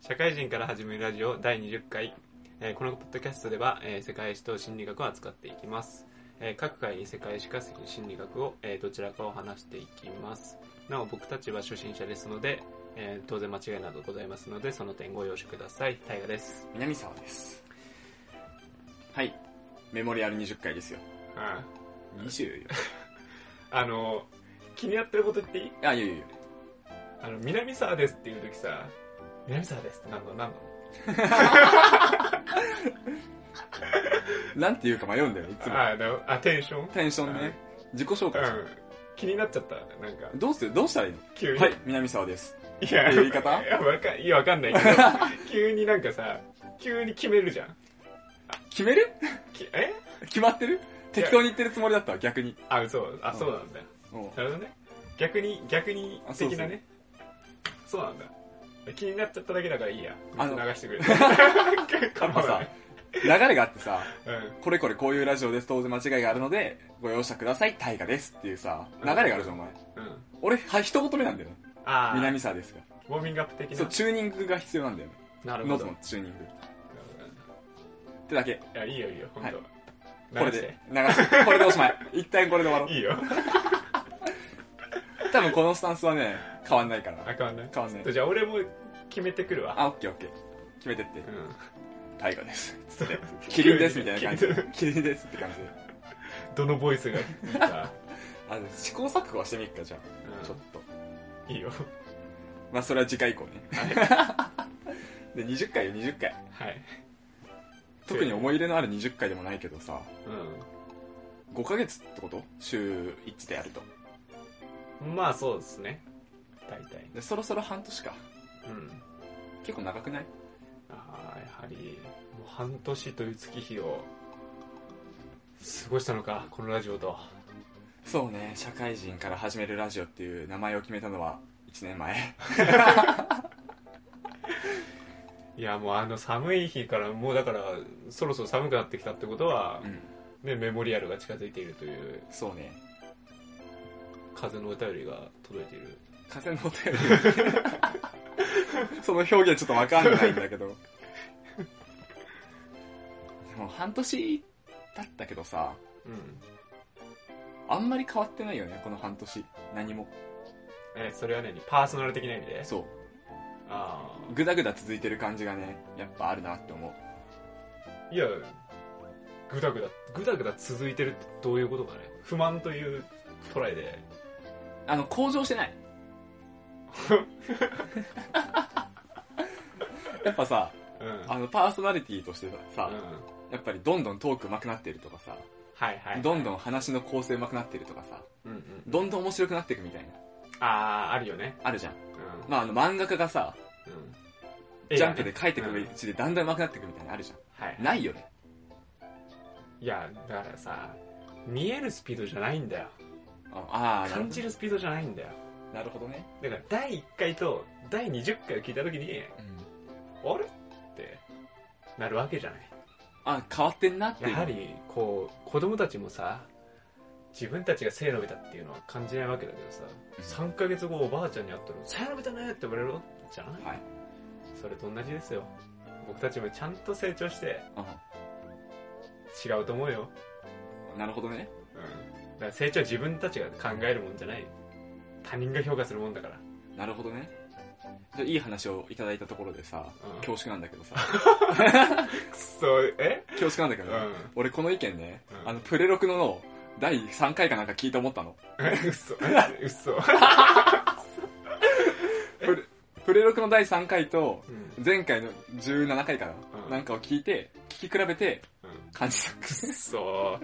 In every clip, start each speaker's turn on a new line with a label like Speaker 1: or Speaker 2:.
Speaker 1: 社会人から始めるラジオ第20回、えーこのポッドキャストでは、えー世界史と心理学を扱っていきます、えー各回に世界史か心理学を、えーどちらかを話していきますなお僕たちは初心者ですので、えー当然間違いなどございますのでその点ご容赦ください大我です
Speaker 2: 南沢ですはいメモリアル20回ですよ
Speaker 1: あ
Speaker 2: 20よ
Speaker 1: あの気になってること言っていい
Speaker 2: あいやいやいや
Speaker 1: あの南沢ですっていう時さ南沢ですってなんのなんの
Speaker 2: なんて言うか迷うんだよいつも
Speaker 1: ああのあテンション
Speaker 2: テンションね自己紹介し
Speaker 1: うん気になっちゃったなんか
Speaker 2: どうするどうしたらいいの
Speaker 1: 急に、
Speaker 2: はい南沢です
Speaker 1: いや、
Speaker 2: っていう言い方
Speaker 1: いや、わかいやわかん ないけど、急になんかさ、急に決めるじゃん。
Speaker 2: 決める
Speaker 1: きえ
Speaker 2: 決まってる適当に言ってるつもりだったわ逆に
Speaker 1: あ、そう、あ、そうなんだ。
Speaker 2: もう
Speaker 1: なるほどね。逆に、逆に
Speaker 2: あそう
Speaker 1: 的なね。そうなんだ。気になっちゃっただけだからいいや。
Speaker 2: あ
Speaker 1: 流
Speaker 2: の
Speaker 1: して くれる。
Speaker 2: やっぱさ流れがあってさ
Speaker 1: うん。
Speaker 2: これこれこういうラジオです当然間違いがあるのでご容赦ください大河ですっていうさ流れがあるじゃんお前
Speaker 1: うん。
Speaker 2: 俺は一言目なんだよ
Speaker 1: あー
Speaker 2: 南沢ですが
Speaker 1: ウォーミングアップ的
Speaker 2: そう
Speaker 1: な。
Speaker 2: チューニングが必要なんだよ
Speaker 1: なるほ
Speaker 2: ノー
Speaker 1: ど。
Speaker 2: ト
Speaker 1: な
Speaker 2: の
Speaker 1: る
Speaker 2: チューニングっ
Speaker 1: ほ
Speaker 2: てだけ
Speaker 1: どいや、いいよいいよ、本当は。
Speaker 2: これ
Speaker 1: 流し
Speaker 2: で流してこれでおしまい一旦これで終
Speaker 1: て。
Speaker 2: わろう
Speaker 1: いいよ。
Speaker 2: 多分このスタンスはね変わんないか
Speaker 1: あ、
Speaker 2: ら
Speaker 1: 変わんない。
Speaker 2: 変わんない
Speaker 1: じゃあ、俺も決めてくるわ。
Speaker 2: あオッケーオッケー決めてって
Speaker 1: うん。
Speaker 2: 大河 です
Speaker 1: つって
Speaker 2: キリンですみたいな感じ
Speaker 1: 急に
Speaker 2: キリンですって感じで
Speaker 1: どのボイスがいいか。
Speaker 2: あの試行錯誤はしてみっかじゃ
Speaker 1: うん
Speaker 2: あちょっと
Speaker 1: いいよ。
Speaker 2: まあそれは次回以降ね で20回よ20回
Speaker 1: はい。
Speaker 2: 特に思い入れのある20回でもないけどさ5ヶ月ってこと週1でやると
Speaker 1: うん。まあそうですね。大体。
Speaker 2: でそろそろ半年か
Speaker 1: うん。
Speaker 2: 結構長くない
Speaker 1: ああ、やはり、もう半年という月日を過ごしたのか、このラジオと。
Speaker 2: そうね社会人から始めるラジオっていう名前を決めたのは1年前
Speaker 1: いや、もうあの寒い日から、もうだから、そろそろ寒くなってきたってことは
Speaker 2: う、ん
Speaker 1: ね、メモリアルが近づいているという、
Speaker 2: そうね
Speaker 1: 風のお便りが届いている。
Speaker 2: 風の音よ りその表現ちょっとわかんないんだけどでも半年だったけどさ
Speaker 1: うん。
Speaker 2: あんまり変わってないよねこの半年何も
Speaker 1: え、それは何パーソナル的な意味で
Speaker 2: そ
Speaker 1: あ
Speaker 2: うグダグダ続いてる感じがねやっぱあるなって思う
Speaker 1: あ。いや、ぐだぐだ、ぐだぐだ続いてるってどういうことかね。不満というトライで。
Speaker 2: あの向上して ないやっぱさ
Speaker 1: うん。
Speaker 2: あのパーソナリティとしてさ、
Speaker 1: うん
Speaker 2: やっぱりどんどんトーク上手くなってるとかさ、
Speaker 1: はいはい。
Speaker 2: どんどん話の構成上手くなってるとかさ
Speaker 1: うんうん。
Speaker 2: どんどん面白くなっていくみたいな
Speaker 1: あー、あるよね。
Speaker 2: あるじゃん
Speaker 1: うん。
Speaker 2: まあ、あの漫画家がさ、
Speaker 1: うん。
Speaker 2: ジャンプで
Speaker 1: 絵がね
Speaker 2: 書いてくる
Speaker 1: うん
Speaker 2: うちでだんだん上手くなってくるみたいなのあるじ
Speaker 1: は
Speaker 2: ゃん。
Speaker 1: い。
Speaker 2: ないよね。
Speaker 1: いや、だからさ、見えるスピードじゃないんだよ。
Speaker 2: ああー、なる
Speaker 1: 感
Speaker 2: ほ
Speaker 1: じるスピードじゃないんだよ。
Speaker 2: ど。なるほどね。
Speaker 1: だから、第1回と第20回を聞いたときに、あれってなるわけじゃない。
Speaker 2: あ、変わってんなっていう。
Speaker 1: やは。り、こう、子供たちもさ、自分たちが背伸びたっていうのは感じないわけだけどさ、3ヶ月後おばあちゃんに会ったら、背伸びたねって言われるじゃない
Speaker 2: はい。
Speaker 1: それと同じですよ。僕たちもちゃんと成長して、
Speaker 2: あ
Speaker 1: 違うと思うよ。
Speaker 2: なるほどね。
Speaker 1: うん。だから成長は自分たちが考えるもんじゃない。他人が評価するもんだから。
Speaker 2: なるほどね。じゃあいい話をいただいたところでさ、
Speaker 1: うん
Speaker 2: 恐縮なんだけ どさ、
Speaker 1: くそ、え
Speaker 2: 恐縮なんだけ
Speaker 1: う
Speaker 2: どね、
Speaker 1: ん。
Speaker 2: 俺この意見ね、
Speaker 1: うん
Speaker 2: あの、プレロクのの第3回かなんか聞いて思ったの。
Speaker 1: 嘘。え嘘。
Speaker 2: プレプレロクの第3回と、
Speaker 1: うん。
Speaker 2: 前回の17回かな、
Speaker 1: うん
Speaker 2: なんかを聞いて、聞き比べて
Speaker 1: うん
Speaker 2: 感じた。
Speaker 1: くそ。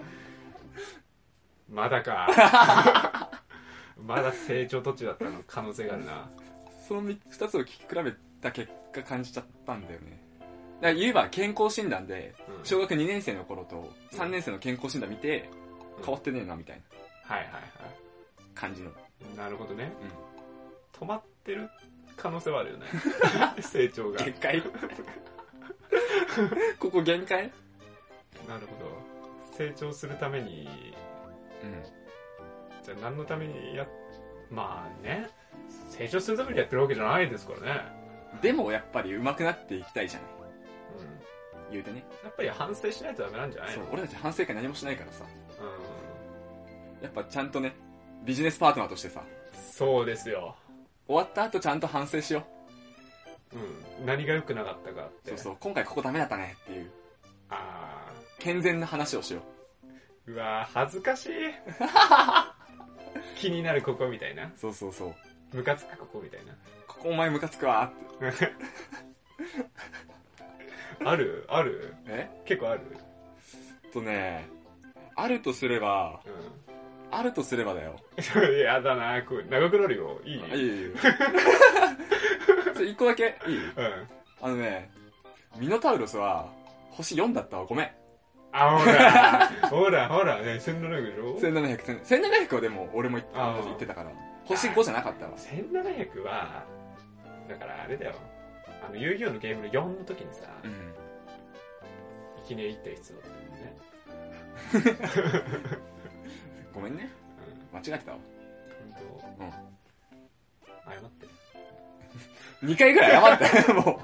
Speaker 1: まだか。 まだ成長途中だったの可能性があるな。
Speaker 2: そのみ二つを聞き比べた結果感じちゃったんだよね。だから言えば健康診断で、
Speaker 1: うん
Speaker 2: 小学2年生の頃と3年生の健康診断見て
Speaker 1: うん、
Speaker 2: 変わってねえなみたいな
Speaker 1: はいはいは
Speaker 2: 感じの。
Speaker 1: い。なるほどね。
Speaker 2: う
Speaker 1: 止
Speaker 2: ん。
Speaker 1: まってる可能性はある よね。成長が。
Speaker 2: 限 界ここ限界
Speaker 1: なるほど。成長するために
Speaker 2: うん。
Speaker 1: じゃあ何のためにやまあね成長するためにやってるわけじゃないですからね
Speaker 2: でもやっぱり上手くなっていきたいじゃない
Speaker 1: うん
Speaker 2: 言うてね
Speaker 1: やっぱり反省しないとダメなんじゃない
Speaker 2: そう
Speaker 1: の
Speaker 2: 俺たち反省会何もしないからさ
Speaker 1: う
Speaker 2: やっぱちゃんとねビジネスパートナーとしてさ
Speaker 1: んそうですよ
Speaker 2: 終わった後ちゃんと反省しよ
Speaker 1: うん何が良くなかったかっ
Speaker 2: う
Speaker 1: て
Speaker 2: そうそう今回ここダメだったねっていう
Speaker 1: あ
Speaker 2: 健全な話をしよ
Speaker 1: ーうわー恥ずかしい気になるここみたいな
Speaker 2: うそうそうそう
Speaker 1: ムカつくここみたいな
Speaker 2: ここお前ムカつくわーって
Speaker 1: あるある
Speaker 2: え
Speaker 1: 結構ある
Speaker 2: えっとねあるとすればあるとすればだよ
Speaker 1: うん やだなこう長くなるよいい
Speaker 2: あいいよいいよちょ一個だけいい
Speaker 1: うん
Speaker 2: あのねミノタウロスは星4だったわごめん
Speaker 1: あほ らほらほらね線路なでしょ
Speaker 2: 1700千1700はでも俺も言っ
Speaker 1: あー
Speaker 2: 言ってたから星5じゃなかったわ
Speaker 1: 1700はだからあれだよあの遊戯王のゲームの4の時にさ、
Speaker 2: うん
Speaker 1: いきなり1体必要だったもんね、
Speaker 2: ごめんね間違えてたわ
Speaker 1: うん、本
Speaker 2: うん
Speaker 1: 当謝って
Speaker 2: 2回ぐらい謝ったよ も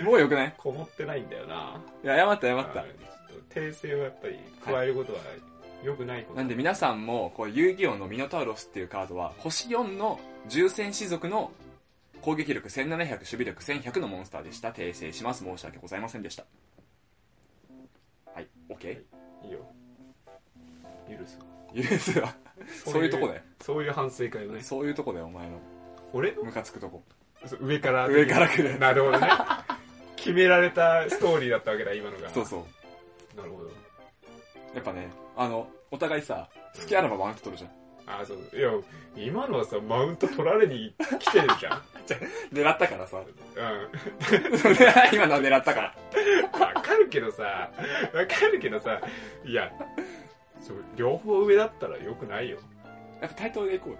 Speaker 2: うもうよくない
Speaker 1: こもってないんだよない
Speaker 2: や謝った謝った
Speaker 1: あのちょっと訂正はやっぱり加えることは良くないこと
Speaker 2: なんで皆さんもこう遊戯王のミノタウロスっていうカードは星4の重戦士族の攻撃力1700守備力1100のモンスターでした訂正します申し訳ございませんでしたはい OK
Speaker 1: いいよ許すわ
Speaker 2: 許すわそういうとこだよ
Speaker 1: そういう反省会をね
Speaker 2: そういうとこだよお前の
Speaker 1: 俺の
Speaker 2: ムカつくとこ
Speaker 1: そう上から
Speaker 2: 上から来 る
Speaker 1: なるほどね決められたストーリーだったわけだ今のが
Speaker 2: そうそう
Speaker 1: なるほど
Speaker 2: やっぱねあのお互いさ好きあらばワント取るじゃん
Speaker 1: あそういや今のはさマウント取られに来てるじゃん
Speaker 2: 狙ったからさ
Speaker 1: うん
Speaker 2: 今のは狙ったから
Speaker 1: わかるけどさわかるけどさいやそう両方上だったらよくないよ、
Speaker 2: やっぱ対等でいこうよ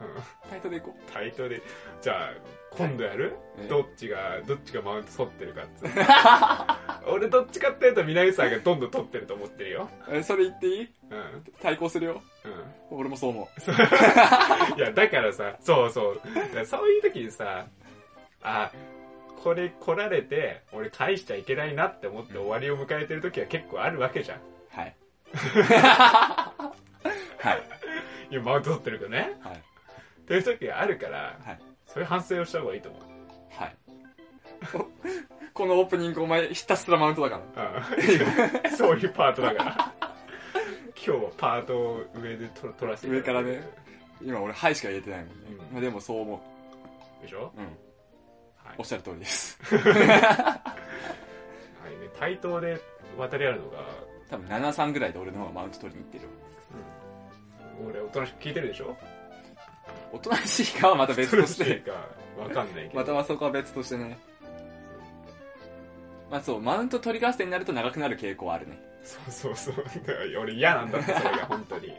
Speaker 1: うん、
Speaker 2: 対等でいこう
Speaker 1: 対等でじゃあ今度やる、
Speaker 2: え
Speaker 1: どっちがどっちがマウント取ってるかっつって 俺どっちかっていうと南さんがどんどん取ってると思ってるよ
Speaker 2: えそれ言っていい
Speaker 1: うんう
Speaker 2: 対抗するよ
Speaker 1: ん
Speaker 2: 俺もそう思う
Speaker 1: いやだからさそうそうだからそういう時にさあこれ来られて俺返しちゃいけないなって思って終わりを迎えてる時は結構あるわけじゃん
Speaker 2: はい。はい。
Speaker 1: いやマウント取ってるけどね
Speaker 2: はい。
Speaker 1: っていう時があるから、
Speaker 2: はい
Speaker 1: そういう反省をした方がいいと思う。
Speaker 2: はい。 このオープニングお前ひたすらマウントだから。
Speaker 1: うんそういうパートだから。今日はパートを上でと取らせていただいて
Speaker 2: 上か今俺はいしか言えてないもんね。
Speaker 1: うん
Speaker 2: まあでもそう思
Speaker 1: でしょ
Speaker 2: う。うん。
Speaker 1: はい
Speaker 2: おっしゃる通りです。
Speaker 1: はいね、対等で渡り合うのが、
Speaker 2: 多分73ぐらいで俺の方がマウント取りに行ってるわ。
Speaker 1: 俺おとなしく聞いてるでしょ
Speaker 2: おとなしいかはまた別とし
Speaker 1: おとなしい
Speaker 2: て。
Speaker 1: かわかんないけど。
Speaker 2: またはそこは別としてね。まあそう、マウント取り合わせになると長くなる傾向はあるね。
Speaker 1: そうそうそう。だから俺嫌なんだって、それが本当に。もう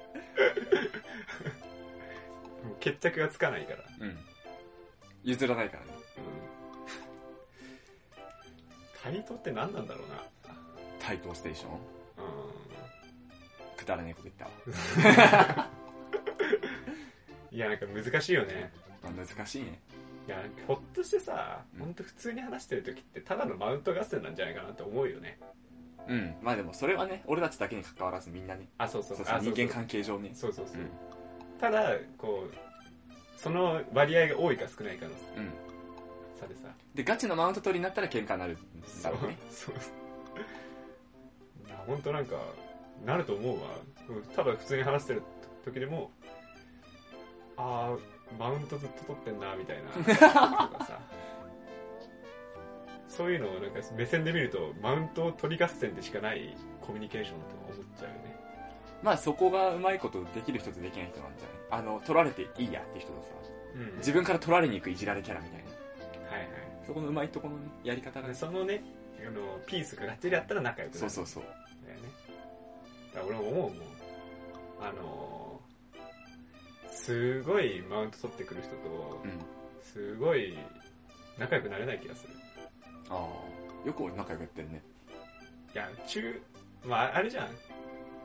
Speaker 1: 決着がつかないから。
Speaker 2: うん。譲らないからね。
Speaker 1: うん対等って何なんだろうな。
Speaker 2: 対等ステーション
Speaker 1: う
Speaker 2: くだらねえこと言ったわ。
Speaker 1: んいやなんか難しいよね
Speaker 2: まあ難しいね。
Speaker 1: いやなんかほっとしてさ
Speaker 2: うん
Speaker 1: ほんと普通に話してる時ってただのマウント合戦なんじゃないかなって思うよね
Speaker 2: うん。まあでもそれはね、俺たちだけに関わらずみんなね。
Speaker 1: あそうそう
Speaker 2: そう
Speaker 1: あ
Speaker 2: そう人間関係上ね
Speaker 1: そうそうそう
Speaker 2: うん
Speaker 1: ただこうその割合が多いか少ないかの
Speaker 2: うん
Speaker 1: 差でさ
Speaker 2: でガチのマウント取りになったら喧嘩になるんだ
Speaker 1: そう
Speaker 2: ろうね
Speaker 1: そうほんとなんかなると思うわうんただ普通に話してる時でもああマウントずっと取ってんなみたいな とかさそういうのをなんか目線で見るとマウントを取り合戦でしかないコミュニケーションと思っちゃうよね
Speaker 2: まあそこがうまいことできる人とできない人なんじゃないあの取られていいやって人とさ
Speaker 1: うん
Speaker 2: 自分から取られに行くいじられキャラみたいな
Speaker 1: はいはい
Speaker 2: そこのうまいとこのねやり
Speaker 1: だ
Speaker 2: 方が
Speaker 1: から
Speaker 2: ね
Speaker 1: そのねあのピースががっちりあったら仲良くなる
Speaker 2: そうそうそう
Speaker 1: だよね。だから俺も思うもん。あのー、すごいマウント取ってくる人と
Speaker 2: う、ん
Speaker 1: すごい仲良くなれない気がする。
Speaker 2: ああよく俺仲良くやってるね
Speaker 1: いや、中、まああれじゃん。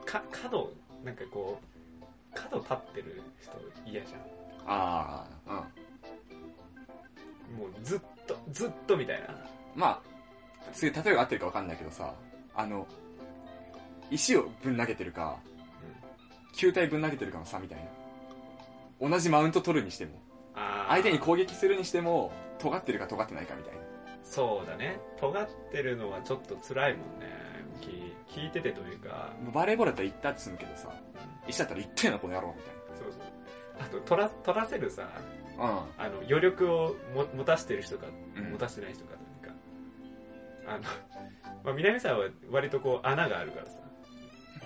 Speaker 1: か、角、なんかこう、角立ってる人嫌じゃん。
Speaker 2: ああ
Speaker 1: もうずっとずっとみたいな
Speaker 2: まあ、すぐ例えが合ってるか分かんないけどさ、あの、石をぶん投げてるか、球体ぶん投げてるかの差みたいな。同じマウント取るにしても、
Speaker 1: あー
Speaker 2: 相手に攻撃するにしても、尖ってるか尖ってないかみたいな。
Speaker 1: そうだね尖ってるのはちょっと辛いもんねき聞いててというか、
Speaker 2: もうバレーボールだったら1タッチするけどさ、
Speaker 1: うん
Speaker 2: 石だったら1点なこの野郎みた
Speaker 1: そうそうあと取ら取らせるさ
Speaker 2: いな。うん。
Speaker 1: あの余力をも持たしてる人か、
Speaker 2: うん
Speaker 1: 持たしてない人かというかあの、まあ、南さんは割とこう穴があるからさ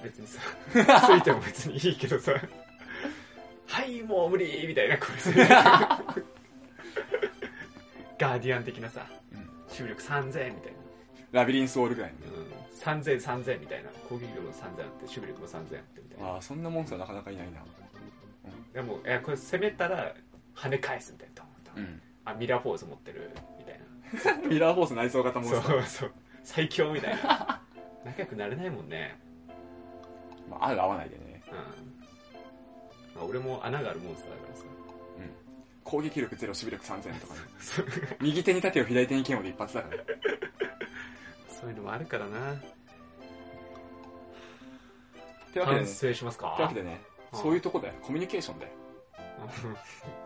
Speaker 1: 別にさ ついても別にいいけどさ「はいもう無理!」みたいな声するガーディアン的なさ
Speaker 2: うん
Speaker 1: 集力3000みたいな
Speaker 2: ラビリンスウォールぐらいのね。
Speaker 1: 3000、3000みたいな。攻撃力も3000あって、守備力も3000あってみたいな。
Speaker 2: ああ、そんなモンスターなかなかいないな。
Speaker 1: でも、いやこれ攻めたら、跳ね返すみたいな。ドンドン
Speaker 2: ん。
Speaker 1: あ、ミラーフォース持ってる、みたいな。
Speaker 2: ミラーフォース内装型モンス
Speaker 1: そ
Speaker 2: ター。
Speaker 1: うそう。最強みたいな。 仲良くなれないもんね。
Speaker 2: まあ、合う合わないでね。
Speaker 1: うん。まあ、俺も穴があるモンスターだからさ。
Speaker 2: 攻撃力ゼロ、守備力3000とかね。
Speaker 1: そう
Speaker 2: 右手に盾を左手に剣をで一発だから。
Speaker 1: そういうのもあるからな。
Speaker 2: てわけで
Speaker 1: 反
Speaker 2: ね、
Speaker 1: 省しますか
Speaker 2: ってわけでね、
Speaker 1: うん
Speaker 2: そういうとこだよ。コミュニケーションだよ。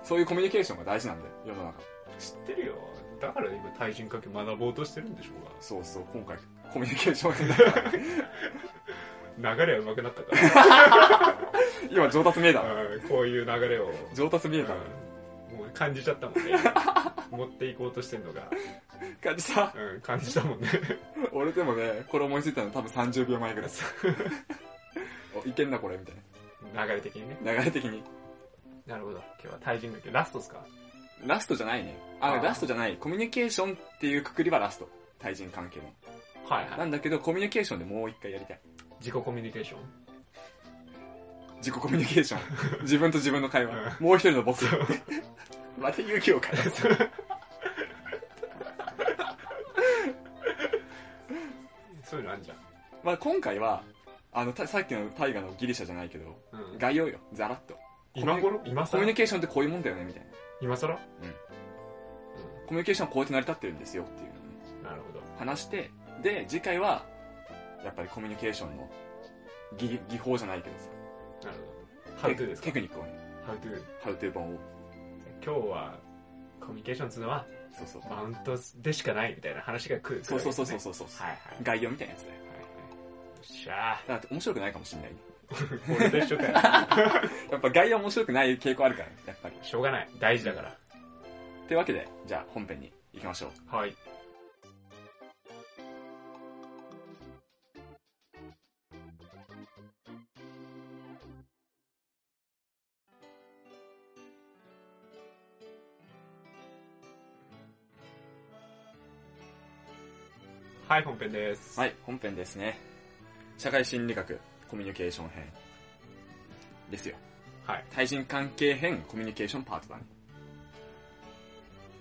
Speaker 2: そういうコミュニケーションが大事なんだよ、世の中。
Speaker 1: 知ってるよ。だから今、対人関係学ぼうとしてるんでしょ
Speaker 2: そうそう、今回、コミュニケーション
Speaker 1: うが。流れは上手くなったか
Speaker 2: 今、上達見えた。
Speaker 1: ら。うんこういう流れを。
Speaker 2: 上達見えた。
Speaker 1: うんもう感じちゃったもん ね持っていこうとしてんのが、
Speaker 2: 感じさ、
Speaker 1: うん、感じたもんね
Speaker 2: 俺でもね、これ思いついたの多分30秒前ぐらい。 おいけんな、これ、みたい
Speaker 1: 流れ的にね
Speaker 2: な。流れ的に。
Speaker 1: なるほど今日は対人関係ラストっすか
Speaker 2: ラストじゃないね。あ、
Speaker 1: あー
Speaker 2: ラストじゃない。コミュニケーションっていうくくりはラスト。対人関係の。
Speaker 1: はい
Speaker 2: ないんだけど、コミュニケーションでもう一回やりたい。
Speaker 1: 自己コミュニケーション
Speaker 2: 自己コミュニケーション。 自分と自分の会話。もう一人の僕。また勇気をか よ。
Speaker 1: そういうのあんじゃん、
Speaker 2: まあ今回は、あの、たさっきの大河のギリシャじゃないけど、
Speaker 1: うん、
Speaker 2: 概要よ。ざらっと。
Speaker 1: 今頃今
Speaker 2: コミ
Speaker 1: 更
Speaker 2: ュニケーションってこういうもんだよね、みたいな。
Speaker 1: 今更
Speaker 2: コミュニケーションはこうやって成り立ってるんですよっていうのをね
Speaker 1: うんなるほど
Speaker 2: 話して、で、次回は、やっぱりコミュニケーションの技技法じゃないけどさ、
Speaker 1: なるほど How to ですか
Speaker 2: テクニックをね、
Speaker 1: How to
Speaker 2: ハウトゥー本を。
Speaker 1: 今日はコミュニケーションっつうのは
Speaker 2: そうそう。
Speaker 1: マウントでしかないみたいな話が来る
Speaker 2: そうそうそうそう
Speaker 1: う
Speaker 2: そうそう。
Speaker 1: はいはい
Speaker 2: 概要みたいなやつだよ。
Speaker 1: はいはいよっしゃ
Speaker 2: だって面白くないかもしんない。
Speaker 1: ー俺と一緒かよ
Speaker 2: やっぱ概要面白くない傾向あるから、やっぱり。
Speaker 1: しょうがない大事だから
Speaker 2: というわけで、じゃあ本編に行きましょう。
Speaker 1: はいはい、本編です。
Speaker 2: はい、本編ですね。社会心理学コミュニケーション編。ですよ。
Speaker 1: はい。
Speaker 2: 対人関係編コミュニケーションパートだね。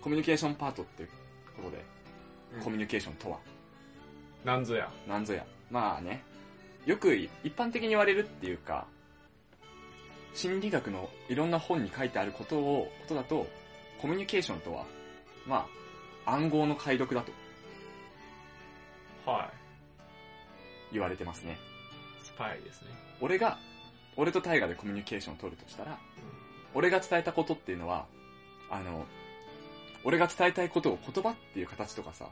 Speaker 2: コミュニケーションパートっていうことで、
Speaker 1: うん
Speaker 2: コミュニケーションとは
Speaker 1: なんぞや。
Speaker 2: なんぞや。まあね、よく一般的に言われるっていうか、心理学のいろんな本に書いてあることを、ことだと、コミュニケーションとは、まあ、暗号の解読だと
Speaker 1: は
Speaker 2: 言われてますね。
Speaker 1: い。スパイですね。
Speaker 2: 俺が、俺と大河でコミュニケーションを取るとしたら、俺が伝えたことっていうのは、あの、俺が伝えたいことを言葉っていう形とかさ、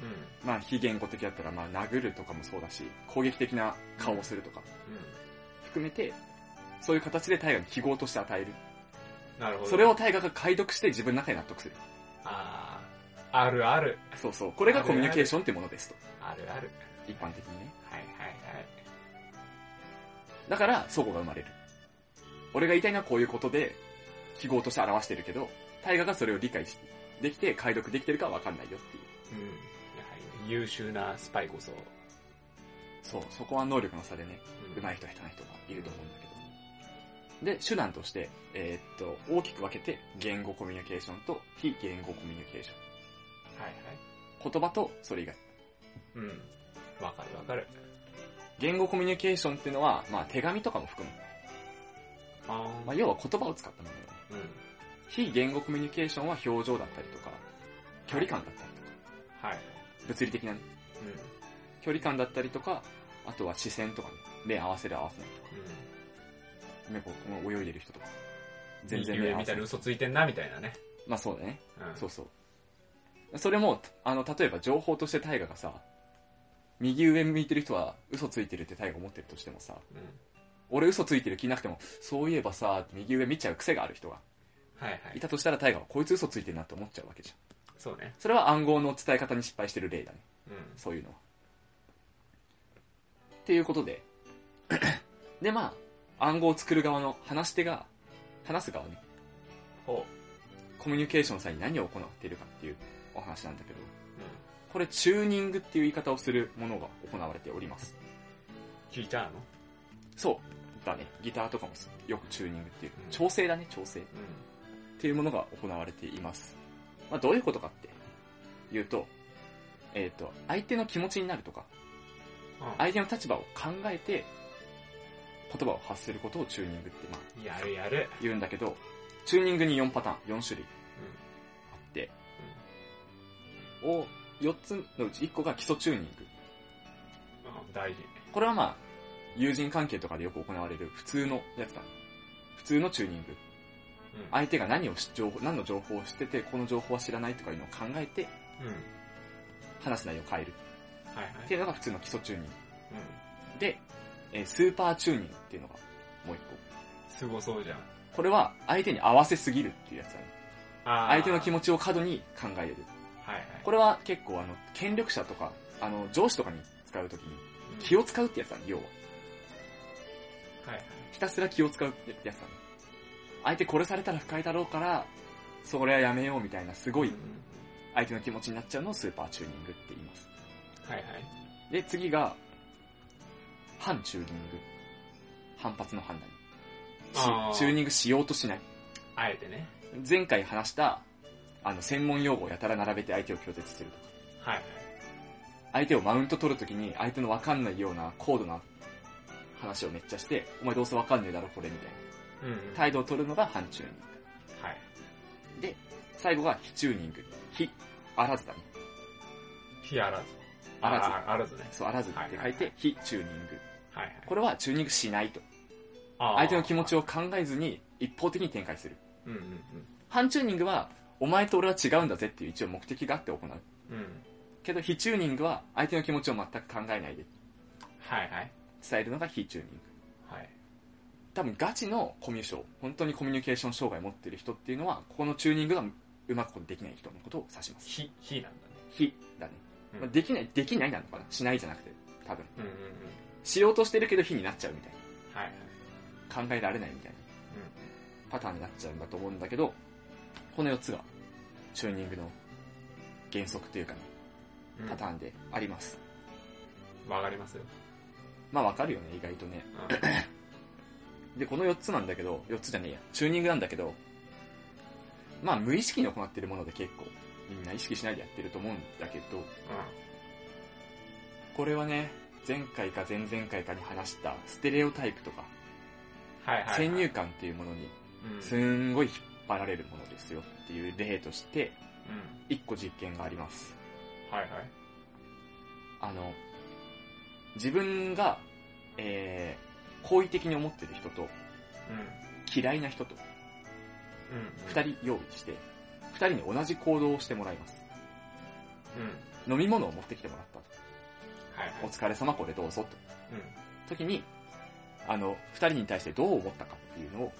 Speaker 1: うん。うん。
Speaker 2: まあ非言語的だったら、まあ殴るとかもそうだし、攻撃的な顔をするとか、含めて、そういう形で大河に記号として与える。
Speaker 1: うん。なるほど。
Speaker 2: それを大河が解読して自分の中に納得する。
Speaker 1: あー、あるある。
Speaker 2: そうそう。これがコミュニケーションってものですと。
Speaker 1: あるある。
Speaker 2: 一般的にね。
Speaker 1: はいはいはい。
Speaker 2: だから、相互が生まれる。俺が言いたいのはこういうことで、記号として表してるけど、大河がそれを理解しできて、解読できてるかは分かんないよっていう。
Speaker 1: うん。やはり優秀なスパイこそ、
Speaker 2: そう、そこは能力の差でね、
Speaker 1: う
Speaker 2: 上手い人下手な人がいると思うんだけど。で、手段として、えーっと、大きく分けて、言語コミュニケーションと非言語コミュニケーショ
Speaker 1: はいはい。
Speaker 2: ン。言葉とそれ以外。
Speaker 1: うん。わかるわかる。
Speaker 2: 言語コミュニケーションっていうのは、まあ手紙とかも含む。
Speaker 1: あ
Speaker 2: まあ要は言葉を使ったものだよね。
Speaker 1: うん。
Speaker 2: 非言語コミュニケーションは表情だったりとか、距離感だったりとか、
Speaker 1: はい。
Speaker 2: 物理的なね、
Speaker 1: うん。うん。
Speaker 2: 距離感だったりとか、あとは視線とかね、目合わせる合わせないとか、ね、こうこの泳いでる人とか、全然目
Speaker 1: 右
Speaker 2: 合
Speaker 1: 上
Speaker 2: わ
Speaker 1: み
Speaker 2: せ
Speaker 1: たい
Speaker 2: な。
Speaker 1: ない嘘ついてんな、みたいなね。
Speaker 2: まあそうだね。
Speaker 1: うん。
Speaker 2: そうそう。それも、あの、例えば情報として大河がさ、右上向いてる人は嘘ついてるって大河思ってるとしてもさ、
Speaker 1: うん。
Speaker 2: 俺嘘ついてる気なくても、そういえばさ、右上見ちゃう癖がある人が
Speaker 1: はいはいい。
Speaker 2: たとしたら大河はこいつ嘘ついてるなって思っちゃうわけじゃん。
Speaker 1: そうね。
Speaker 2: それは暗号の伝え方に失敗してる例だね。
Speaker 1: うん。
Speaker 2: そういうのは。っていうことで。で、まあ、暗号を作る側の話し手が、話す側ね、
Speaker 1: ほ
Speaker 2: コミュニケーションの際に何を行っているかっていうお話なんだけど、
Speaker 1: う。うん。
Speaker 2: これチューニングっていう言い方をするものが行われております。
Speaker 1: 聞いたの
Speaker 2: そう。だね。ギターとかもよくチューニングっていう。
Speaker 1: うん
Speaker 2: 調整だね、調整。
Speaker 1: う
Speaker 2: っていうものが行われています。まあ、どういうことかって言うと、えっ、と、相手の気持ちになるとか、
Speaker 1: ん。
Speaker 2: 相手の立場を考えて、言葉を発することをチューニングって、まあ、
Speaker 1: うん。やるやる。
Speaker 2: 言うんだけど、チューニングに4パターン、4種類あって、を、4つのうち1個が基礎チューニング。
Speaker 1: うん。うん。大事。
Speaker 2: これはまあ、友人関係とかでよく行われる普通のやつだ。普通のチューニング。
Speaker 1: うん。
Speaker 2: 相手が何をし情報、何の情報を知ってて、この情報は知らないとかいうのを考えて、
Speaker 1: うん。
Speaker 2: 話す内容を変える。
Speaker 1: はいは
Speaker 2: って
Speaker 1: い。
Speaker 2: いうのが普通の基礎チューニング。
Speaker 1: うん。
Speaker 2: で、えースーパーチューニングっていうのがもう一
Speaker 1: すごそうじゃん。
Speaker 2: 個。これは相手に合わせすぎるっていうやつだね。
Speaker 1: あー
Speaker 2: 相手の気持ちを過度に考える。
Speaker 1: はいはい。
Speaker 2: これは結構あの、権力者とか、あの、上司とかに使うときに気
Speaker 1: を、
Speaker 2: を使うってやつだね、要は。
Speaker 1: はいはい。
Speaker 2: ひたすら気を使うってやつだね。相手殺されたら不快だろうから、それはやめようみたいなすごい
Speaker 1: うん
Speaker 2: 相手の気持ちになっちゃうのをスーパーチューニングって言います。
Speaker 1: はいはい。
Speaker 2: で、次が、反チューニング。反発の判断
Speaker 1: あー
Speaker 2: しチューニングしようとしない。
Speaker 1: あえてね。
Speaker 2: 前回話した、あの、専門用語をやたら並べて相手を拒絶するとか。
Speaker 1: はいはい。
Speaker 2: 相手をマウント取るときに、相手のわかんないような高度な話をめっちゃして、お前どうせわかんねえだろ、これ、みたい
Speaker 1: うん。
Speaker 2: な。
Speaker 1: はい。
Speaker 2: 態度を取るのが反チューニング。で、最後が非チューニング。非、あらずだね。
Speaker 1: 非あらず。
Speaker 2: あらず。
Speaker 1: ああらずね。
Speaker 2: そう、あらずって書いて、非チューニング。
Speaker 1: はいはい。
Speaker 2: これはチューニングしないと。
Speaker 1: あー
Speaker 2: 相手の気持ちを考えずに、一方的に展開する。
Speaker 1: うんうん
Speaker 2: 反チューニングは、お前と俺は違うんだぜっていう一応目的があって行う。
Speaker 1: うん。うん。
Speaker 2: けど、非チューニングは、相手の気持ちを全く考えないで
Speaker 1: はいはい。
Speaker 2: 伝えるのが非チューニング。
Speaker 1: はい。
Speaker 2: 多分、ガチのコミュ障、本当にコミュニケーション障害持ってる人っていうのは、ここのチューニングがうまくできない人のことを指します。
Speaker 1: 非、非なんだね。
Speaker 2: 非だね。
Speaker 1: うん
Speaker 2: まあできない、できないなのかなしないじゃなくて、多分。
Speaker 1: うんうんうん。
Speaker 2: しようとしてるけど非になっちゃうみたい
Speaker 1: はいはい。
Speaker 2: な。考えられないみたいなパターンになっちゃうんだと思うんだけど、この4つが、チューニングの原則というかね、
Speaker 1: うん。うん
Speaker 2: パターンであります。
Speaker 1: わかりますよ。
Speaker 2: まあわかるよね、意外とね。
Speaker 1: うん
Speaker 2: で、この4つなんだけど、4つじゃねえや、チューニングなんだけど、まあ無意識に行ってるもので結構、みんな意識しないでやってると思うんだけど、これはね、前回か前々回かに話したステレオタイプとか、
Speaker 1: はいはい。
Speaker 2: 先入観っていうものに、
Speaker 1: うん。
Speaker 2: すんごい引っ張られるものですよっていう例として、
Speaker 1: うん。
Speaker 2: 1個実験があります。
Speaker 1: はいはい。
Speaker 2: あの、自分が、えー、好意的に思ってる人と、
Speaker 1: う
Speaker 2: 嫌いな人と、
Speaker 1: ん。うん。
Speaker 2: 二。人用意して、二人に同じ行動をしてもらいます。
Speaker 1: うん。
Speaker 2: 飲み物を持ってきてもらったと。
Speaker 1: はいは
Speaker 2: お
Speaker 1: い。
Speaker 2: 疲れ様これどうぞと。
Speaker 1: うん。
Speaker 2: 時に、あの、二人に対してどう思ったかっていうのを、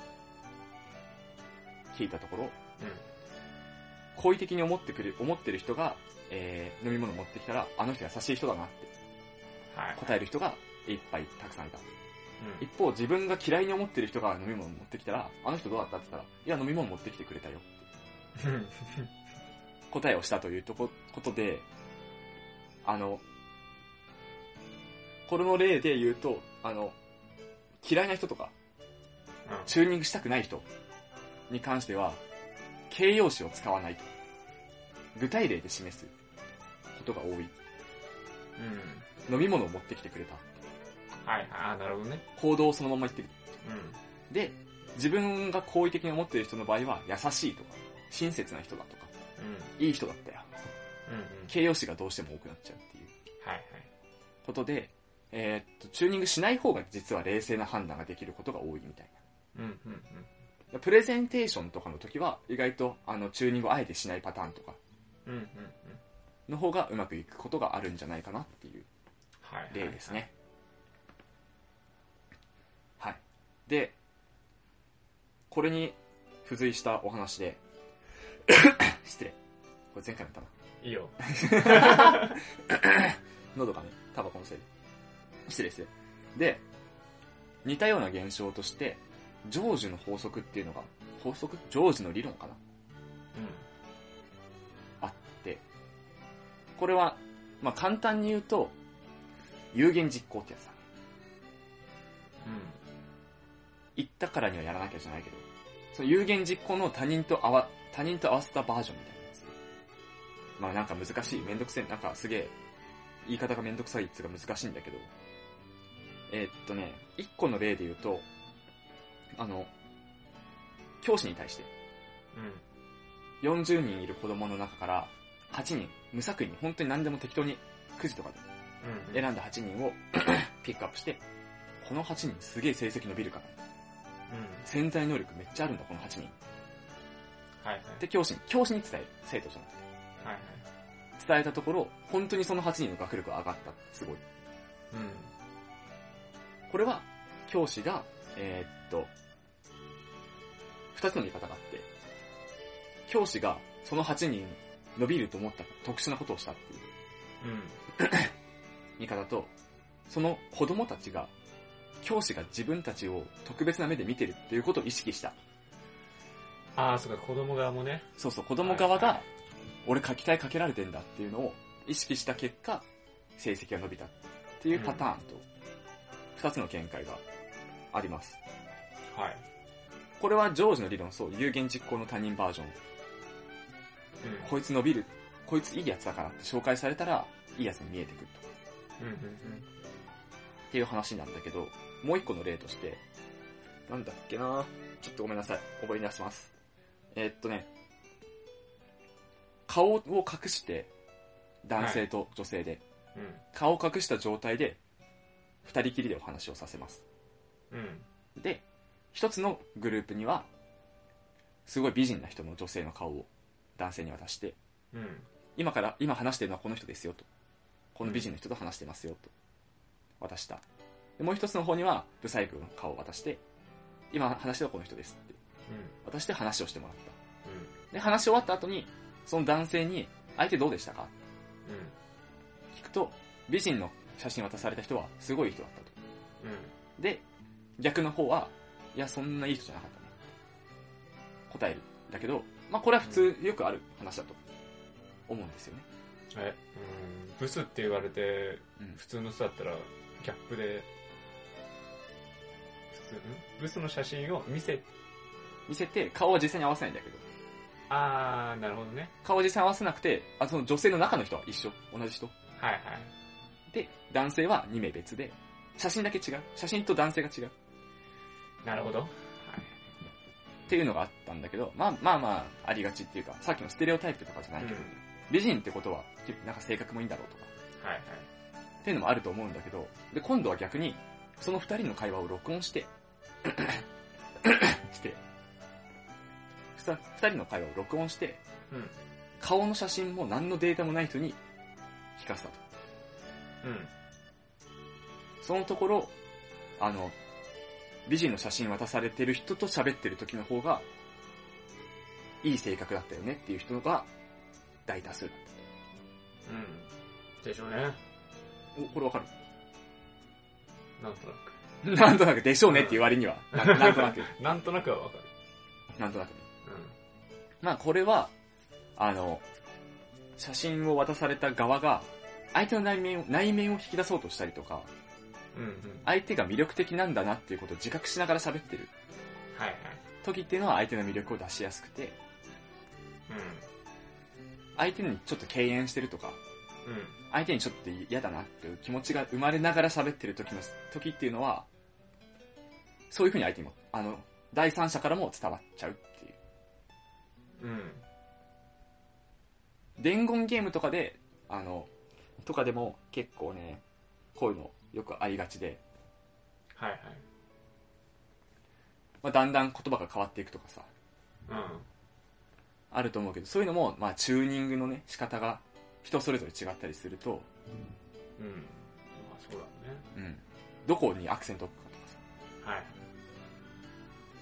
Speaker 2: 聞いたところ、
Speaker 1: う
Speaker 2: 好意的に思ってくれ、思ってる人が、えー、飲み物持ってきたら、あの人優しい人だなって
Speaker 1: ん。はい。
Speaker 2: 答える人がいっぱいたくさんいた。
Speaker 1: うん。
Speaker 2: 一方、自分が嫌いに思ってる人が飲み物持ってきたら、あの人どうだったって言ったら、いや飲み物持ってきてくれたよって答えをしたというとこことで、あの、これの例で言うと、あの、嫌いな人とか、
Speaker 1: うん
Speaker 2: チューニングしたくない人に関しては、形容詞を使わないと。具体例で示すことが多い。
Speaker 1: うん。
Speaker 2: 飲み物を持ってきてくれた。
Speaker 1: はいはい。あ、なるほどね。
Speaker 2: 行動をそのまま言ってる。
Speaker 1: うん。
Speaker 2: で、自分が好意的に思っている人の場合は、優しいとか、親切な人だとか、
Speaker 1: うん。
Speaker 2: いい人だったよ。
Speaker 1: うんうん。はい
Speaker 2: 形容詞がどうしても多くなっちゃうっていう
Speaker 1: はい。
Speaker 2: ことで、えーっとチューニングしない方が実は冷静な判断ができることが多いみたい
Speaker 1: うんうんうん。
Speaker 2: なプレゼンテーションとかの時は意外とあのチューニングをあえてしないパターンとか
Speaker 1: うんうんうん。
Speaker 2: の方がうまくいくことがあるんじゃないかなっていう
Speaker 1: はいはい。
Speaker 2: 例です。ねはいでこれに付随したお話 で失礼これ前回のたない
Speaker 1: い よ。
Speaker 2: 喉がねタバコのせいで失礼ですねで似たような現象として成就の法則っていうのが法則成就の理論かな
Speaker 1: う
Speaker 2: あってこれは、まあ、簡単に言うと有言実行ってやつだ
Speaker 1: ん。うん。
Speaker 2: 言ったからにはやらなきゃじゃないけど、その有言実行の他人と合わ、他人と合わせたバージョンみたいなやつ。まあなんか難しい、めんどくせえ、なんかすげえ、言い方がめんどくさいっつうか難しいんだけど、えーっとね、一個の例で言うと、あの、教師に対して、
Speaker 1: うん。
Speaker 2: 40人いる子供の中から、8人、無作為に、本当に何でも適当に、くじとか
Speaker 1: うん。
Speaker 2: で選んだ8人を ピックアップして、この8人すげえ成績伸びるから、
Speaker 1: うん。
Speaker 2: 潜在能力めっちゃあるんだ、この8人。
Speaker 1: はいはい。
Speaker 2: で、教師に、教師に伝える。生徒じゃなくて。
Speaker 1: はいはい。
Speaker 2: 伝えたところ、本当にその8人の学力が上がった。すごい。
Speaker 1: うん。
Speaker 2: これは、教師が、えーっと、二つの見方があって、教師がその8人伸びると思った特殊なことをしたっ
Speaker 1: う
Speaker 2: ていう
Speaker 1: ん。
Speaker 2: 見方と、その子供たちが、教師が自分たちを特別な目で見てるっていうことを意識した。
Speaker 1: ああ、そうか、子供側もね。
Speaker 2: そうそう、子供側が
Speaker 1: は、
Speaker 2: 俺書きたいかけられてんだっていうのを意識した結果、成績が伸びたっていうパターンと、二つの見解があります。
Speaker 1: はい。
Speaker 2: これはジョージの理論、そう、有言実行の他人バージョン。こいつ伸びる、こいついいやつだからって紹介されたら、いいやつに見えてくるとか
Speaker 1: うん。うんうん
Speaker 2: っていう話なんだけど、もう一個の例として、なんだっけなちょっとごめんなさい、覚え出します。えーっとね、顔を隠して、男性と女性で、
Speaker 1: うん。
Speaker 2: 顔を隠した状態で、二人きりでお話をさせます。
Speaker 1: うん。うん。
Speaker 2: で、一つのグループには、すごい美人な人の女性の顔を男性に渡して、
Speaker 1: うん。
Speaker 2: 今から、今話してるのはこの人ですよと。この美人の人と話してますよと。渡した。でもう一つの方には、ブサイクの顔を渡して、今話してるのはこの人ですって。渡して話をしてもらった。で、話し終わった後に、その男性に、相手どうでしたか
Speaker 1: うん。うん。
Speaker 2: 聞くと、美人の写真渡された人は、すごいいい人だったと。
Speaker 1: うん。
Speaker 2: で、逆の方は、いや、そんないい人じゃなかったね。答える。だけど、まあ、これは普通よくある話だと思うんですよね。
Speaker 1: え、うん。ブスって言われて、
Speaker 2: うん
Speaker 1: 普通の人だったら、ギャップで、普通、んブスの写真を見せ、
Speaker 2: 見せて、顔は実際に合わせないんだけど、
Speaker 1: あー、なるほどね。
Speaker 2: 顔は実際に合わせなくて、あ、その女性の中の人は一緒。同じ人。
Speaker 1: はいはい。
Speaker 2: で、男性は2名別で、写真だけ違う。写真と男性が違う。っ
Speaker 1: なるほど。はい。
Speaker 2: ていうのがあったんだけど、まあまあまあ、ありがちっていうか、さっきのステレオタイプとかじゃないけど、
Speaker 1: うん
Speaker 2: 美人ってことは、なんか性格もいいんだろうとか、
Speaker 1: はいはい。
Speaker 2: っていうのもあると思うんだけど、で、今度は逆に、その二人の会話を録音して、して、ふさ二人の会話を録音して、
Speaker 1: うん
Speaker 2: 顔の写真も何のデータもない人に聞かせたと。
Speaker 1: うん。
Speaker 2: そのところ、あの、美人の写真渡されてる人と喋ってる時の方が、いい性格だったよねっていう人が大多数だっ
Speaker 1: うん。でしょうね。
Speaker 2: た。お、これわかる
Speaker 1: なんとなく。
Speaker 2: なんとなくでしょうねっていう割には、ななんとなく、
Speaker 1: なんとなくはわかる。
Speaker 2: なんとなくね。まあこれは、あの、写真を渡された側が、相手の内面を、内面を引き出そうとしたりとか、
Speaker 1: うん。うんうん。
Speaker 2: 相手が魅力的なんだなっていうことを自覚しながら喋ってる
Speaker 1: はいはい。
Speaker 2: 時っていうのは相手の魅力を出しやすくて、相手にちょっと敬遠してるとか、
Speaker 1: うん。うん。
Speaker 2: 相手にちょっと嫌だなっていう気持ちが生まれながら喋ってる時の、時っていうのは、そういう風に相手にも、あの、第三者からも伝わっちゃうっていう
Speaker 1: うん。
Speaker 2: 伝言ゲームとかであのとかでも結構ねこういうのよくありがちで、
Speaker 1: はいはい
Speaker 2: まあ、だんだん言葉が変わっていくとかさ
Speaker 1: うん
Speaker 2: あると思うけどそういうのも、まあ、チューニングのね仕方が人それぞれ違ったりすると、
Speaker 1: うんまあそうだね
Speaker 2: うん、どこにアクセントを置くかとかさ、
Speaker 1: はい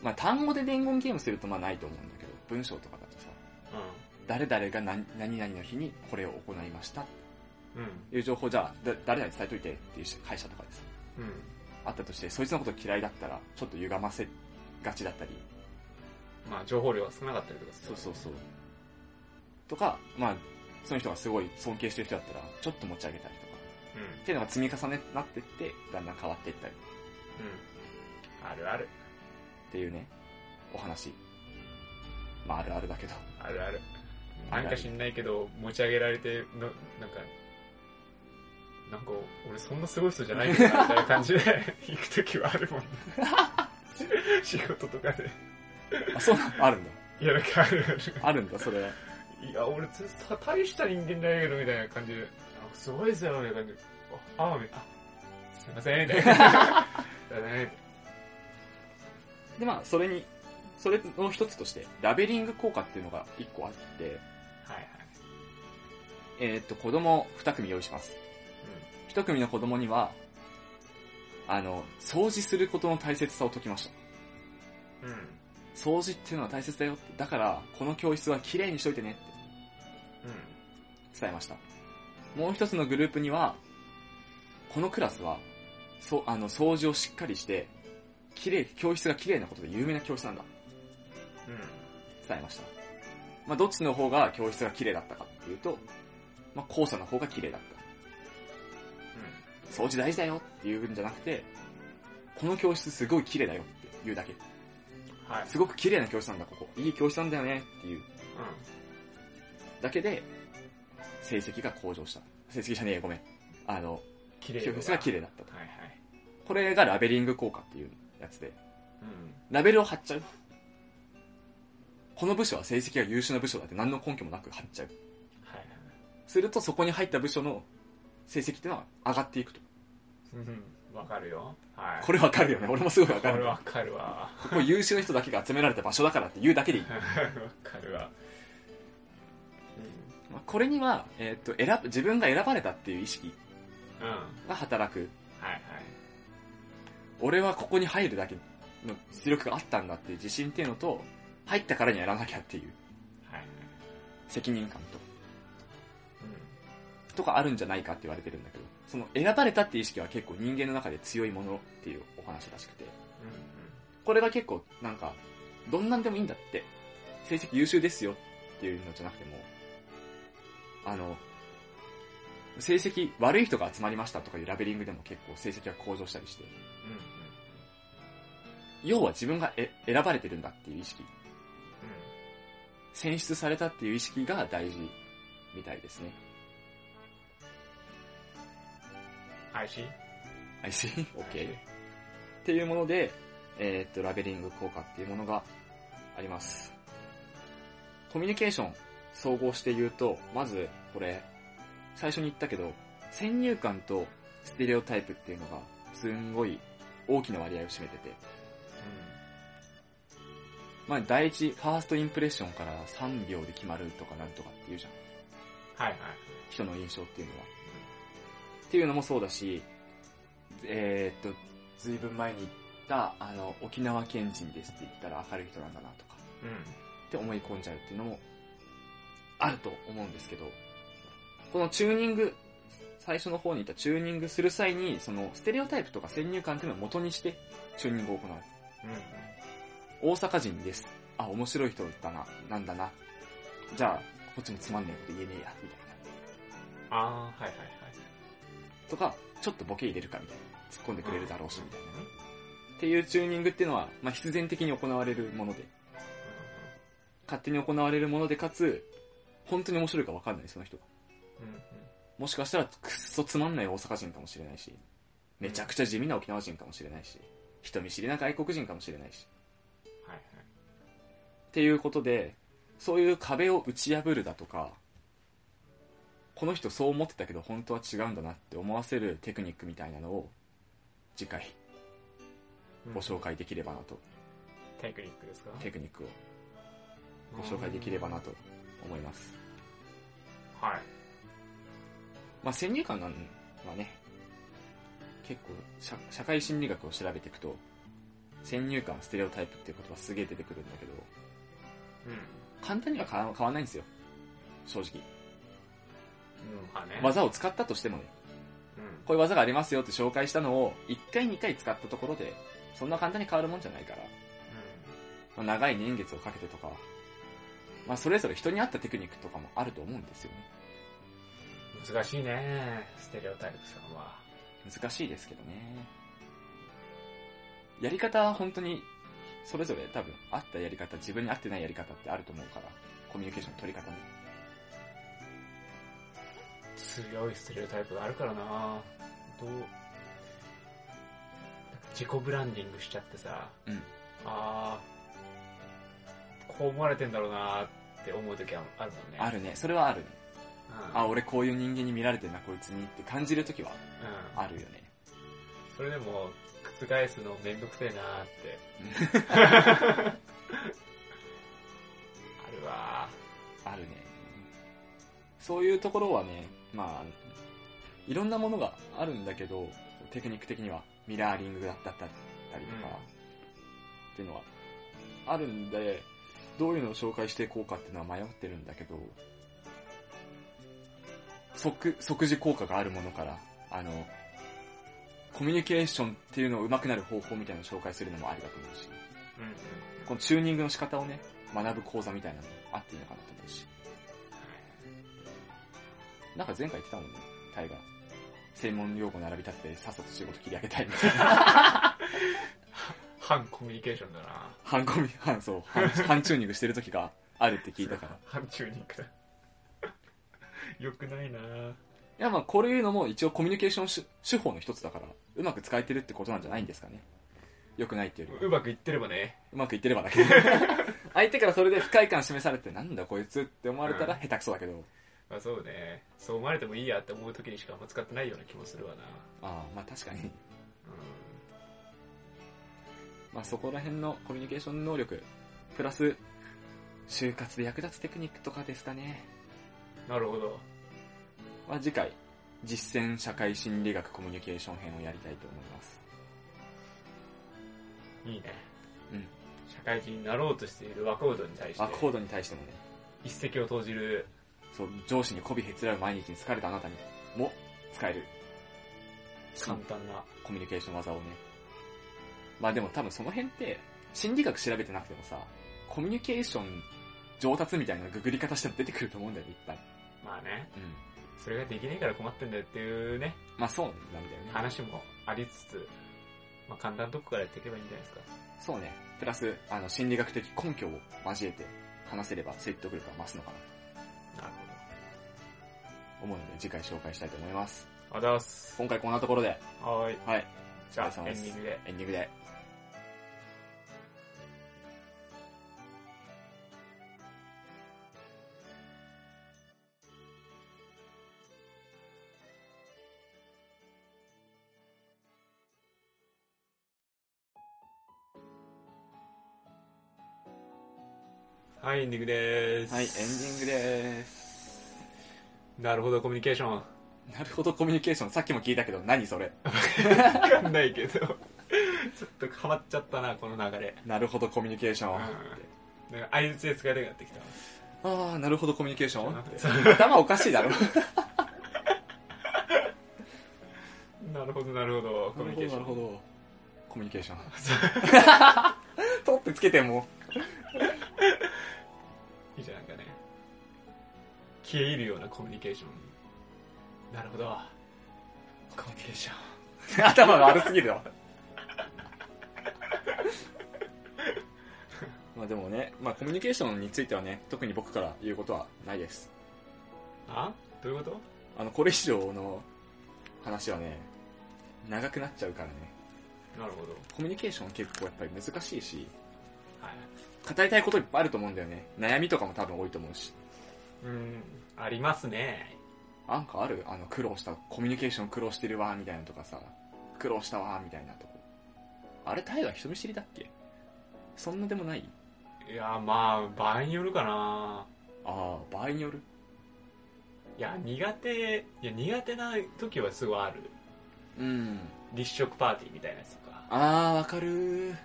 Speaker 2: まあ、単語で伝言ゲームするとまあないと思うんだけど文章とかだとさ誰々が何何々の日にこれを行いましたっ
Speaker 1: うん
Speaker 2: ていう情報じゃあだ誰々に伝えといてっていう会社とかでさ
Speaker 1: うんうん
Speaker 2: あったとしてそいつのこと嫌いだったらちょっと歪ませがちだったり
Speaker 1: まあ情報量が少なかったりとかす
Speaker 2: そ
Speaker 1: る
Speaker 2: うそうそうとかまあその人がすごい尊敬してる人だったらちょっと持ち上げたりとか
Speaker 1: うんうん
Speaker 2: っていうのが積み重ねになってってだんだん変わっていったり
Speaker 1: あるある
Speaker 2: っていうねお話まああるあるだけど
Speaker 1: あるある
Speaker 2: あ
Speaker 1: な
Speaker 2: る
Speaker 1: んか知んないけど持ち上げられてのなんかなんか俺そんなすごい人じゃないけどなみたいな感じで行く時はあるもんね仕事とかで
Speaker 2: あそうなのあるんだ
Speaker 1: いやなんかあるある
Speaker 2: あるんだそれはい
Speaker 1: や、俺、つ大した人間じゃないけど、みたいな感じで、なんかすごいですよ、みたいな感じで、あ、あ、みたいなあすいません、みたいな。だね。
Speaker 2: でまあそれにそれの一つとしてラベリング効果っていうのが一個あって
Speaker 1: はいはい。
Speaker 2: えーっと子供二組用意します一組の子供には、あの、掃除することの大切さを解きました。
Speaker 1: うん。うん。
Speaker 2: 掃除っていうのは大切だよって。だから、この教室は綺麗にしといてねっ
Speaker 1: うん。
Speaker 2: て伝えました。もう一つのグループには、このクラスは、そう、あの、掃除をしっかりして、綺麗、教室が綺麗なことで有名な教室なんだ。
Speaker 1: うん。
Speaker 2: 伝えました。まあ、どっちの方が教室が綺麗だったかっていうと、まあ、校舎の方が綺麗だった。掃除大事だよっていうんじゃなくて、この教室すごい綺麗だよって言うだけ。
Speaker 1: うん。はい。
Speaker 2: すごく綺麗な教室なんだ、ここ。いい教室なんだよねっていう
Speaker 1: う
Speaker 2: だけで、成績が向上した。成績じゃねえよ、ごめん。あの、
Speaker 1: 綺麗
Speaker 2: 教室が綺麗だったと。
Speaker 1: はいはい。
Speaker 2: これがラベリング効果っていうやつで、
Speaker 1: うん。
Speaker 2: ラベルを貼っちゃう。この部署は成績が優秀な部署だって何の根拠もなく貼っちゃう。
Speaker 1: はいはい。
Speaker 2: するとそこに入った部署の成績っていうのは上がっていくと。
Speaker 1: うん。わかるよ。はい。
Speaker 2: これわかるよね。俺もすごいわ
Speaker 1: こ
Speaker 2: か
Speaker 1: れ
Speaker 2: る。
Speaker 1: わかるわ。
Speaker 2: ここ優秀な人だけが集められた場所だからって言うだけでいい。
Speaker 1: わかるわ。
Speaker 2: まあこれには、えーっと、選ぶ、自分が選ばれたっていう意識
Speaker 1: うん。うん。はい
Speaker 2: が働く
Speaker 1: はい。
Speaker 2: 俺はここに入るだけの実力があったんだっていう自信っていうのと、入ったからにやらなきゃっていう
Speaker 1: はいはい。
Speaker 2: 責任感
Speaker 1: う
Speaker 2: と、とかあるんじゃないかって言われてるんだけど、その選ばれたっていう意識は結構人間の中で強いものっていうお話らしくて、
Speaker 1: ん。うん。
Speaker 2: これが結構なんか、どんなんでもいいんだって、成績優秀ですよっていうのじゃなくても、あの、成績悪い人が集まりましたとかいうラベリングでも結構成績が向上したりして、
Speaker 1: うん。うん。
Speaker 2: 要は自分がえ選ばれてるんだっていう意識
Speaker 1: うん。
Speaker 2: 選出されたっていう意識が大事みたいですね。
Speaker 1: I see.
Speaker 2: I see. OK。っていうもので、えーっと、ラベリング効果っていうものがあります。コミュニケーション、総合して言うと、まず、これ、最初に言ったけど、先入観とステレオタイプっていうのが、すんごい大きな割合を占めてて、まあ、第一、ファーストインプレッションから3秒で決まるとかなんとかっていうじゃん。
Speaker 1: はいはい。
Speaker 2: 人の印象っていうのは。っていうのもそうだし、えーっと、ずいぶん前に言った、あの、沖縄県人ですって言ったら明るい人なんだなとか、
Speaker 1: う
Speaker 2: って思い込んじゃうっていうのも、あると思うんですけど、このチューニング、最初の方に言ったチューニングする際に、その、ステレオタイプとか先入観っていうのを元にして、チューニングを行う。
Speaker 1: ん。うん。
Speaker 2: 大阪人です。あ、面白い人だな、なんだな。じゃあ、こっちもつまんないこと言えねえや、みたいな。
Speaker 1: ああー、はいはいはい。
Speaker 2: とか、ちょっとボケ入れるかみたいな。突っ込んでくれるだろうし、みたいなね。っていうチューニングっていうのは、まあ、必然的に行われるもので、勝手に行われるもので、かつ、本当に面白いか分かんない、その人が。
Speaker 1: うん。うん。
Speaker 2: もしかしたら、くっそつまんない大阪人かもしれないし、めちゃくちゃ地味な沖縄人かもしれないし、人見知りな外国人かもしれないし、
Speaker 1: はいはい。
Speaker 2: っていうことで、そういう壁を打ち破るだとか、この人そう思ってたけど本当は違うんだなって思わせるテクニックみたいなのを次回ご紹介できればなと、
Speaker 1: テクニックですか
Speaker 2: テクニックをご紹介できればなと思います、
Speaker 1: うんはい
Speaker 2: まあ、先入観なんはね結構社社会心理学を調べていくと先入観ステレオタイプっていう言葉すげえ出てくるんだけど
Speaker 1: うん
Speaker 2: 簡単には変わ変わんないんですよ正直
Speaker 1: うんまあね
Speaker 2: 技を使ったとしてもね
Speaker 1: うん
Speaker 2: こういう技がありますよって紹介したのを1回2回使ったところでそんな簡単に変わるもんじゃないから、まあ、長い年月をかけてとか、まあ、それぞれ人に合ったテクニックとかもあると思うんですよね
Speaker 1: うん難しいねステレオタイプさんは
Speaker 2: 難しいですけどねやり方は本当にそれぞれ多分合ったやり方自分に合ってないやり方ってあると思うからコミュニケーションの取り方も
Speaker 1: 強いステレオタイプがあるからなどうなんか自己ブランディングしちゃってさ、
Speaker 2: うん
Speaker 1: ああこう思われてんだろうなって思う時はあるもんね
Speaker 2: あるねそれはあるね
Speaker 1: うん、
Speaker 2: あ俺こういう人間に見られてんなこいつにって感じる時は
Speaker 1: うん、
Speaker 2: あるよ ね
Speaker 1: それでも覆すのめんどくせえなーってあるわ
Speaker 2: あるね。そういうところはね、まあ、いろんなものがあるんだけど、テクニック的にはミラーリングだったりと
Speaker 1: う
Speaker 2: か、
Speaker 1: ん
Speaker 2: っていうのはあるんで、どういうのを紹介していこうかっていうのは迷ってるんだけど、即、即時効果があるものから、あの、コミュニケーションっていうのを上手くなる方法みたいなのを紹介するのもありだと思うし、
Speaker 1: うんうん
Speaker 2: このチューニングの仕方をね、学ぶ講座みたいなのもあっていいのかなと思うし。なんか前回言ってたもんね、タイが。専門用語並び立ててさっさと仕事切り上げたいみたいな。
Speaker 1: 反コミュニケーションだな
Speaker 2: 半コミ、半そう、半半チューニングしてる時があるって聞いたから。い
Speaker 1: 反チューニングだ よくないなー
Speaker 2: やまあこういうのも一応コミュニケーションし手法の一つだから、うまく使えてるってことなんじゃないんですかね。良くないっていうよりは、
Speaker 1: うまくいってればね
Speaker 2: うまくいってればだけど。相手からそれで不快感示されて、なんだこいつって思われたら下手くそだけど、
Speaker 1: まあそうねそう思われてもいいやって思う時にしかあんま使ってないような気もするわな
Speaker 2: ああ、まあ確かに。
Speaker 1: う
Speaker 2: まあ、そこら辺のコミュニケーション能力、プラス、就活で役立つテクニックとかですかね。
Speaker 1: んなるほど
Speaker 2: まあ、次回、実践社会心理学コミュニケーション編をやりたいと思います。
Speaker 1: いいね
Speaker 2: うん
Speaker 1: 社会人になろうとしている若人に対して
Speaker 2: まあ、コードに対してもね、
Speaker 1: 一石を投じる
Speaker 2: そう、上司に媚びへつらう毎日に疲れたあなたにも使える
Speaker 1: 簡単な
Speaker 2: コミュニケーション技をね。まあでも多分その辺って、心理学調べてなくてもさ、コミュニケーション上達みたいなググり方したら出てくると思うんだよね、いっぱい。
Speaker 1: まあね
Speaker 2: うん。
Speaker 1: それができないから困ってんだよっていうね
Speaker 2: まあそうなんだよね。
Speaker 1: 話もありつつ、まあ、簡単なとこからやっていけばいいんじゃないですか
Speaker 2: そうね。プラス、あの、心理学的根拠を交えて話せれば説得力が増すのかな
Speaker 1: なる
Speaker 2: と思うので、次回紹介したいと思います。
Speaker 1: ほどありがとうございます
Speaker 2: 今回こんなところで、
Speaker 1: はーい
Speaker 2: はい、
Speaker 1: じゃ
Speaker 2: お疲
Speaker 1: あエ
Speaker 2: れ様
Speaker 1: ン
Speaker 2: です
Speaker 1: ディングで
Speaker 2: エンディングで。
Speaker 1: はいエンディングでーす
Speaker 2: はい、エンディングでーす。
Speaker 1: なるほどコミュニケーションわ
Speaker 2: なるほど、コミュニケーション。さっきも聞いたけど、何それ。
Speaker 1: かんないけどちょっとハマっちゃったなこの流れ
Speaker 2: なるほど、コミュニケーション。あ
Speaker 1: なんか相槌で使えなくなってきた
Speaker 2: ー、なるほど、コミュニケーシ ョン。
Speaker 1: そう
Speaker 2: 頭おかしいだろ。
Speaker 1: なるほどなるほどコミュニケーション
Speaker 2: なるほど。コミュニケー ション。取ってつけても
Speaker 1: いいじゃんなんかね消え入るようなコミュニケーションなるほどコミュニケーション
Speaker 2: う。 頭が悪すぎるよ。 まあでもね、まあコミュニケーションについてはね、特に僕から言うことはないです。
Speaker 1: あどういうこと
Speaker 2: あの、これ以上の話はね、長くなっちゃうからね。
Speaker 1: なるほど
Speaker 2: コミュニケーション結構やっぱり難しいし、
Speaker 1: はい
Speaker 2: 語りたいこといっぱいあると思うんだよね。悩みとかも多分多いと思うし。
Speaker 1: うんありますね
Speaker 2: なんかあるあの苦労したコミュニケーション苦労してるわみたいなとかさ苦労したわみたいなとこあれタイガー人見知りだっけそんなでもない
Speaker 1: いやまあ場合によるかな
Speaker 2: ああ場合による
Speaker 1: いや苦手いや苦手な時はすごいある
Speaker 2: うん
Speaker 1: 立食パーティーみたいなやつとか
Speaker 2: ああわかるー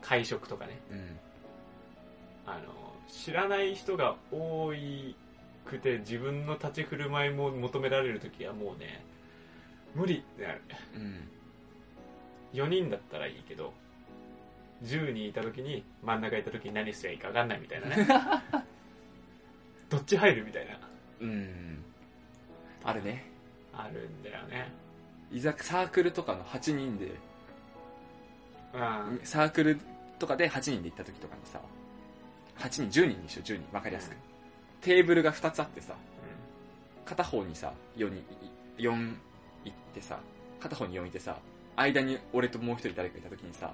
Speaker 1: 会食とかね
Speaker 2: うんうん
Speaker 1: あの知らない人が多いくて自分の立ち振る舞いも求められる時はもうね無理ってなる
Speaker 2: うん
Speaker 1: 4人だったらいいけど10人いた時に真ん中いた時に何すりゃいいか分かんないみたいな ねどっち入るみたいな
Speaker 2: うんあるね
Speaker 1: あるんだよね
Speaker 2: いざサークルとかの8人で
Speaker 1: うん
Speaker 2: サークルとかで8人で行った時とかにさ8人10人にしよう10人分かりやすく、
Speaker 1: うん
Speaker 2: テーブルが2つあってさ片方にさ4人4行ってさ片方に4いてさ間に俺ともう一人誰かいた時にさ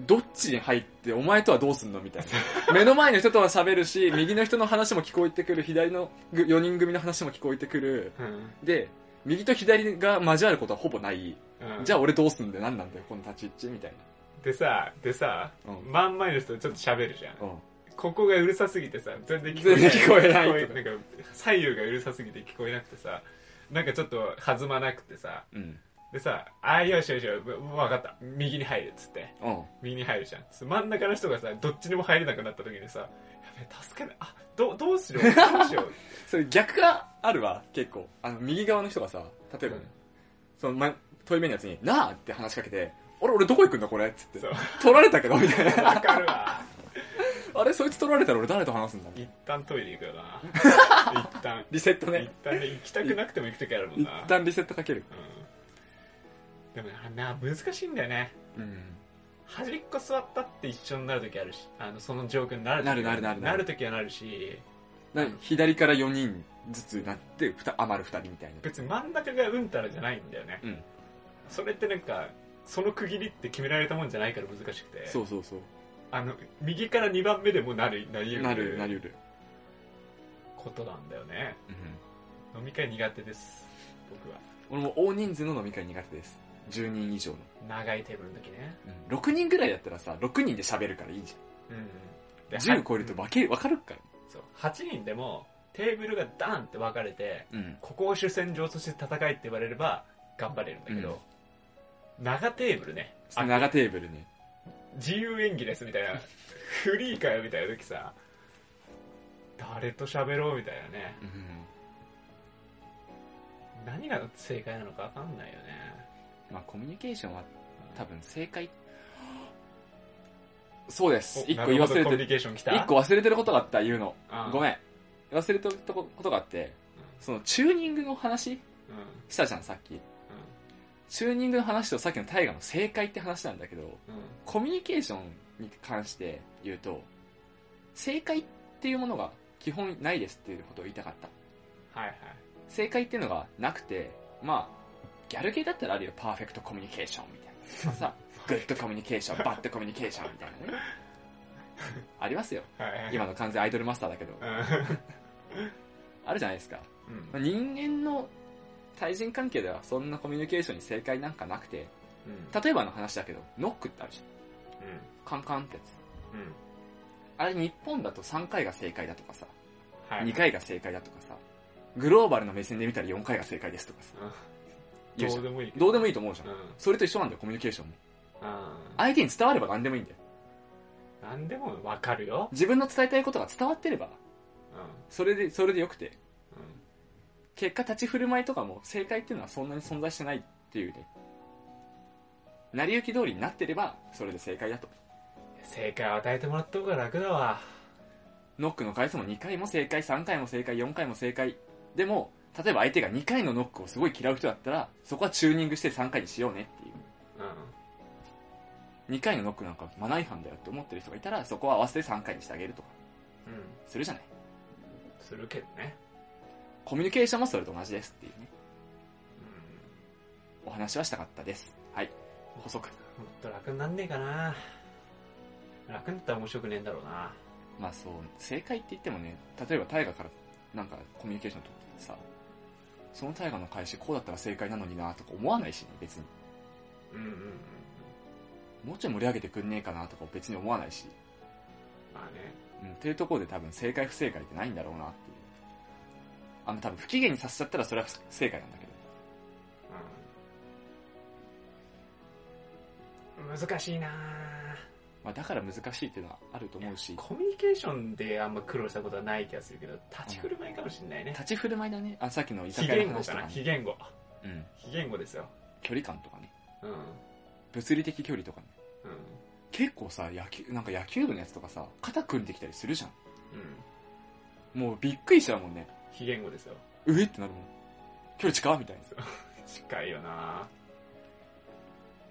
Speaker 2: どっちに入ってお前とはどうすんのみたい な目の前の人とは喋るし右の人の話も聞こえてくる左の4人組の話も聞こえてくる
Speaker 1: うん
Speaker 2: で右と左が交わることはほぼない、
Speaker 1: うん
Speaker 2: じゃあ俺どうすんだよ何なんだよこの立ち位置みたい
Speaker 1: でさでさ、
Speaker 2: うん
Speaker 1: 真ん前の人ちょっと喋るじゃん
Speaker 2: なうん
Speaker 1: ここがうるさすぎてさ全然
Speaker 2: 全然聞こえない
Speaker 1: 聞こえなんか左右がうるさすぎて聞こえなくてさなんかちょっと弾まなくてさ
Speaker 2: うん
Speaker 1: でさ「ああよしよしよし分かった右に入る」っつって
Speaker 2: うん
Speaker 1: 右に入るじゃんそ真ん中の人がさどっちにも入れなくなった時にさ「やべえ助けないあどうどうしようどうしよう
Speaker 2: それ逆があるわ結構あの右側の人がさ例えばね、
Speaker 1: うん
Speaker 2: その前遠い目のやつに「なあ!」って話しかけて「あれ俺どこ行くんだこれ」っつって
Speaker 1: そう
Speaker 2: 「取られたけど」みたいな
Speaker 1: わかるわ
Speaker 2: 「あれそいつ取られたら俺誰と話すんだ」
Speaker 1: 一旦トイレ行くよ な一旦
Speaker 2: リセット
Speaker 1: 一
Speaker 2: ね
Speaker 1: 旦ね行きたくなくても行く時あるもん
Speaker 2: 一
Speaker 1: な
Speaker 2: 旦リセットかける
Speaker 1: うんでもなな難しいんだよね
Speaker 2: うん
Speaker 1: 端っこ座ったって一緒になる時あるしあのその状況になる時
Speaker 2: なるなるなるな
Speaker 1: な
Speaker 2: る
Speaker 1: る時はなるし
Speaker 2: な左から4人ずつなってふた余る2人みたいな
Speaker 1: 別に真ん中がうんたらじゃないんだよね
Speaker 2: うん
Speaker 1: それってなんかその区切りって決められたもんじゃないから難しくて
Speaker 2: そうそうそう
Speaker 1: あの右から2番目でもなるなり
Speaker 2: なるな
Speaker 1: る
Speaker 2: りうる
Speaker 1: ことなんだよね
Speaker 2: うん
Speaker 1: 飲み会苦手です僕は
Speaker 2: 俺も大人数の飲み会苦手です10人以上の、
Speaker 1: 長いテーブルの時ね
Speaker 2: うん、6人ぐらいだったらさ6人で喋るからいいじ
Speaker 1: うん
Speaker 2: ゃん10超えると
Speaker 1: ば
Speaker 2: 分け分かるから
Speaker 1: そう8人でもテーブルがダンって分かれて
Speaker 2: うん
Speaker 1: ここを主戦場として戦えって言われれば頑張れるんだけど、長テーブルねあ
Speaker 2: 長テーブルね
Speaker 1: 自由演技ですみたいなフリーかよみたいな時さ誰と喋ろうみたいなね
Speaker 2: うん
Speaker 1: 何が正解なのか分かんないよね
Speaker 2: まあコミュニケーションは多分正解そうです一個言い忘
Speaker 1: なるほどコミ
Speaker 2: れ
Speaker 1: ュ
Speaker 2: て
Speaker 1: ニケーションきた
Speaker 2: 一個忘れてることがあった言うの
Speaker 1: うん
Speaker 2: ごめん忘れてることがあってそのチューニングの話
Speaker 1: うんうん
Speaker 2: したじゃんさっきチューニングの話とさっきの大河の正解って話なんだけど
Speaker 1: うんうん
Speaker 2: コミュニケーションに関して言うと正解っていうものが基本ないですっていうことを言いたかった
Speaker 1: はいはい
Speaker 2: 正解っていうのがなくてまあギャル系だったらあるよパーフェクトコミュニケーションみたいな さグッドコミュニケーションバッドコミュニケーションみたいなねありますよ
Speaker 1: はいはい
Speaker 2: 今の完全アイドルマスターだけどあるじゃないですか
Speaker 1: うんうん
Speaker 2: まあ人間の対人関係ではそんなコミュニケーションに正解なんかなくて例えばの話だけどノックってあるじゃんカンカンってやつ
Speaker 1: うんうん
Speaker 2: あれ日本だと3回が正解だとかさ
Speaker 1: はい
Speaker 2: 2回が正解だとかさグローバルの目線で見たら4回が正解ですとかさ
Speaker 1: うん
Speaker 2: 言う
Speaker 1: ど
Speaker 2: じゃ
Speaker 1: うんでもいいけど
Speaker 2: どうでもいいと思うじゃん
Speaker 1: うん
Speaker 2: それと一緒なんだよコミュニケーションも
Speaker 1: うん
Speaker 2: 相手に伝われば何でもいいんだよ
Speaker 1: 何でも分かるよ
Speaker 2: 自分の伝えたいことが伝わってれば
Speaker 1: う
Speaker 2: それでそれでよくて
Speaker 1: んうん
Speaker 2: 結果立ち振る舞いとかも正解っていうのはそんなに存在してないっていうね成り行き通りになってればそれで正解だと
Speaker 1: 正解を与えてもらった方が楽だわ
Speaker 2: ノックの回数も2回も正解3回も正解4回も正解でも例えば相手が2回のノックをすごい嫌う人だったらそこはチューニングして3回にしようねっていう
Speaker 1: う
Speaker 2: 2回のノックなんかマナー違反だよって思ってる人がいたらそこは合わせて3回にしてあげるとか
Speaker 1: んうん
Speaker 2: するじゃない
Speaker 1: するけどね
Speaker 2: コミュニケーションもそれと同じですっていうね
Speaker 1: う
Speaker 2: お話はしたかったです。はい。補足。
Speaker 1: んもっと楽になんねえかな楽になったら面白くねえんだろうな
Speaker 2: まあそう、正解って言ってもね、例えば大河からなんかコミュニケーション取っててさ、その大河の開始こうだったら正解なのになとか思わないしね、別に。
Speaker 1: うんうんうんうん
Speaker 2: もうちょい盛り上げてくんねえかなとか別に思わないし、
Speaker 1: まあね
Speaker 2: うん、っていうところで多分正解不正解ってないんだろうなっていう。あの多分不機嫌にさせちゃったらそれは不正解なんだけど。
Speaker 1: うん難しいなぁ
Speaker 2: まあだから難しいっていうのはあると思うし、
Speaker 1: コミュニケーションであんま苦労したことはない気がするけど立ち振る舞いかもしれないね
Speaker 2: 立ち振る舞いだね。あ、さっきの居
Speaker 1: 非
Speaker 2: 酒屋
Speaker 1: 言
Speaker 2: の
Speaker 1: 語
Speaker 2: 話と
Speaker 1: か
Speaker 2: か
Speaker 1: な非
Speaker 2: ね。
Speaker 1: 言語
Speaker 2: うん。
Speaker 1: 非言語ですよ
Speaker 2: 距離感とかね。
Speaker 1: うんうん
Speaker 2: 物理的距離とかね。結構さ、野球、なんか野球部のやつとかさ、肩組んできたりするじゃん。
Speaker 1: うん
Speaker 2: もうびっくりしちゃうもんね。
Speaker 1: 非言語ですよ
Speaker 2: うえってなるもん。距離近っみたいな。
Speaker 1: 近いよなぁ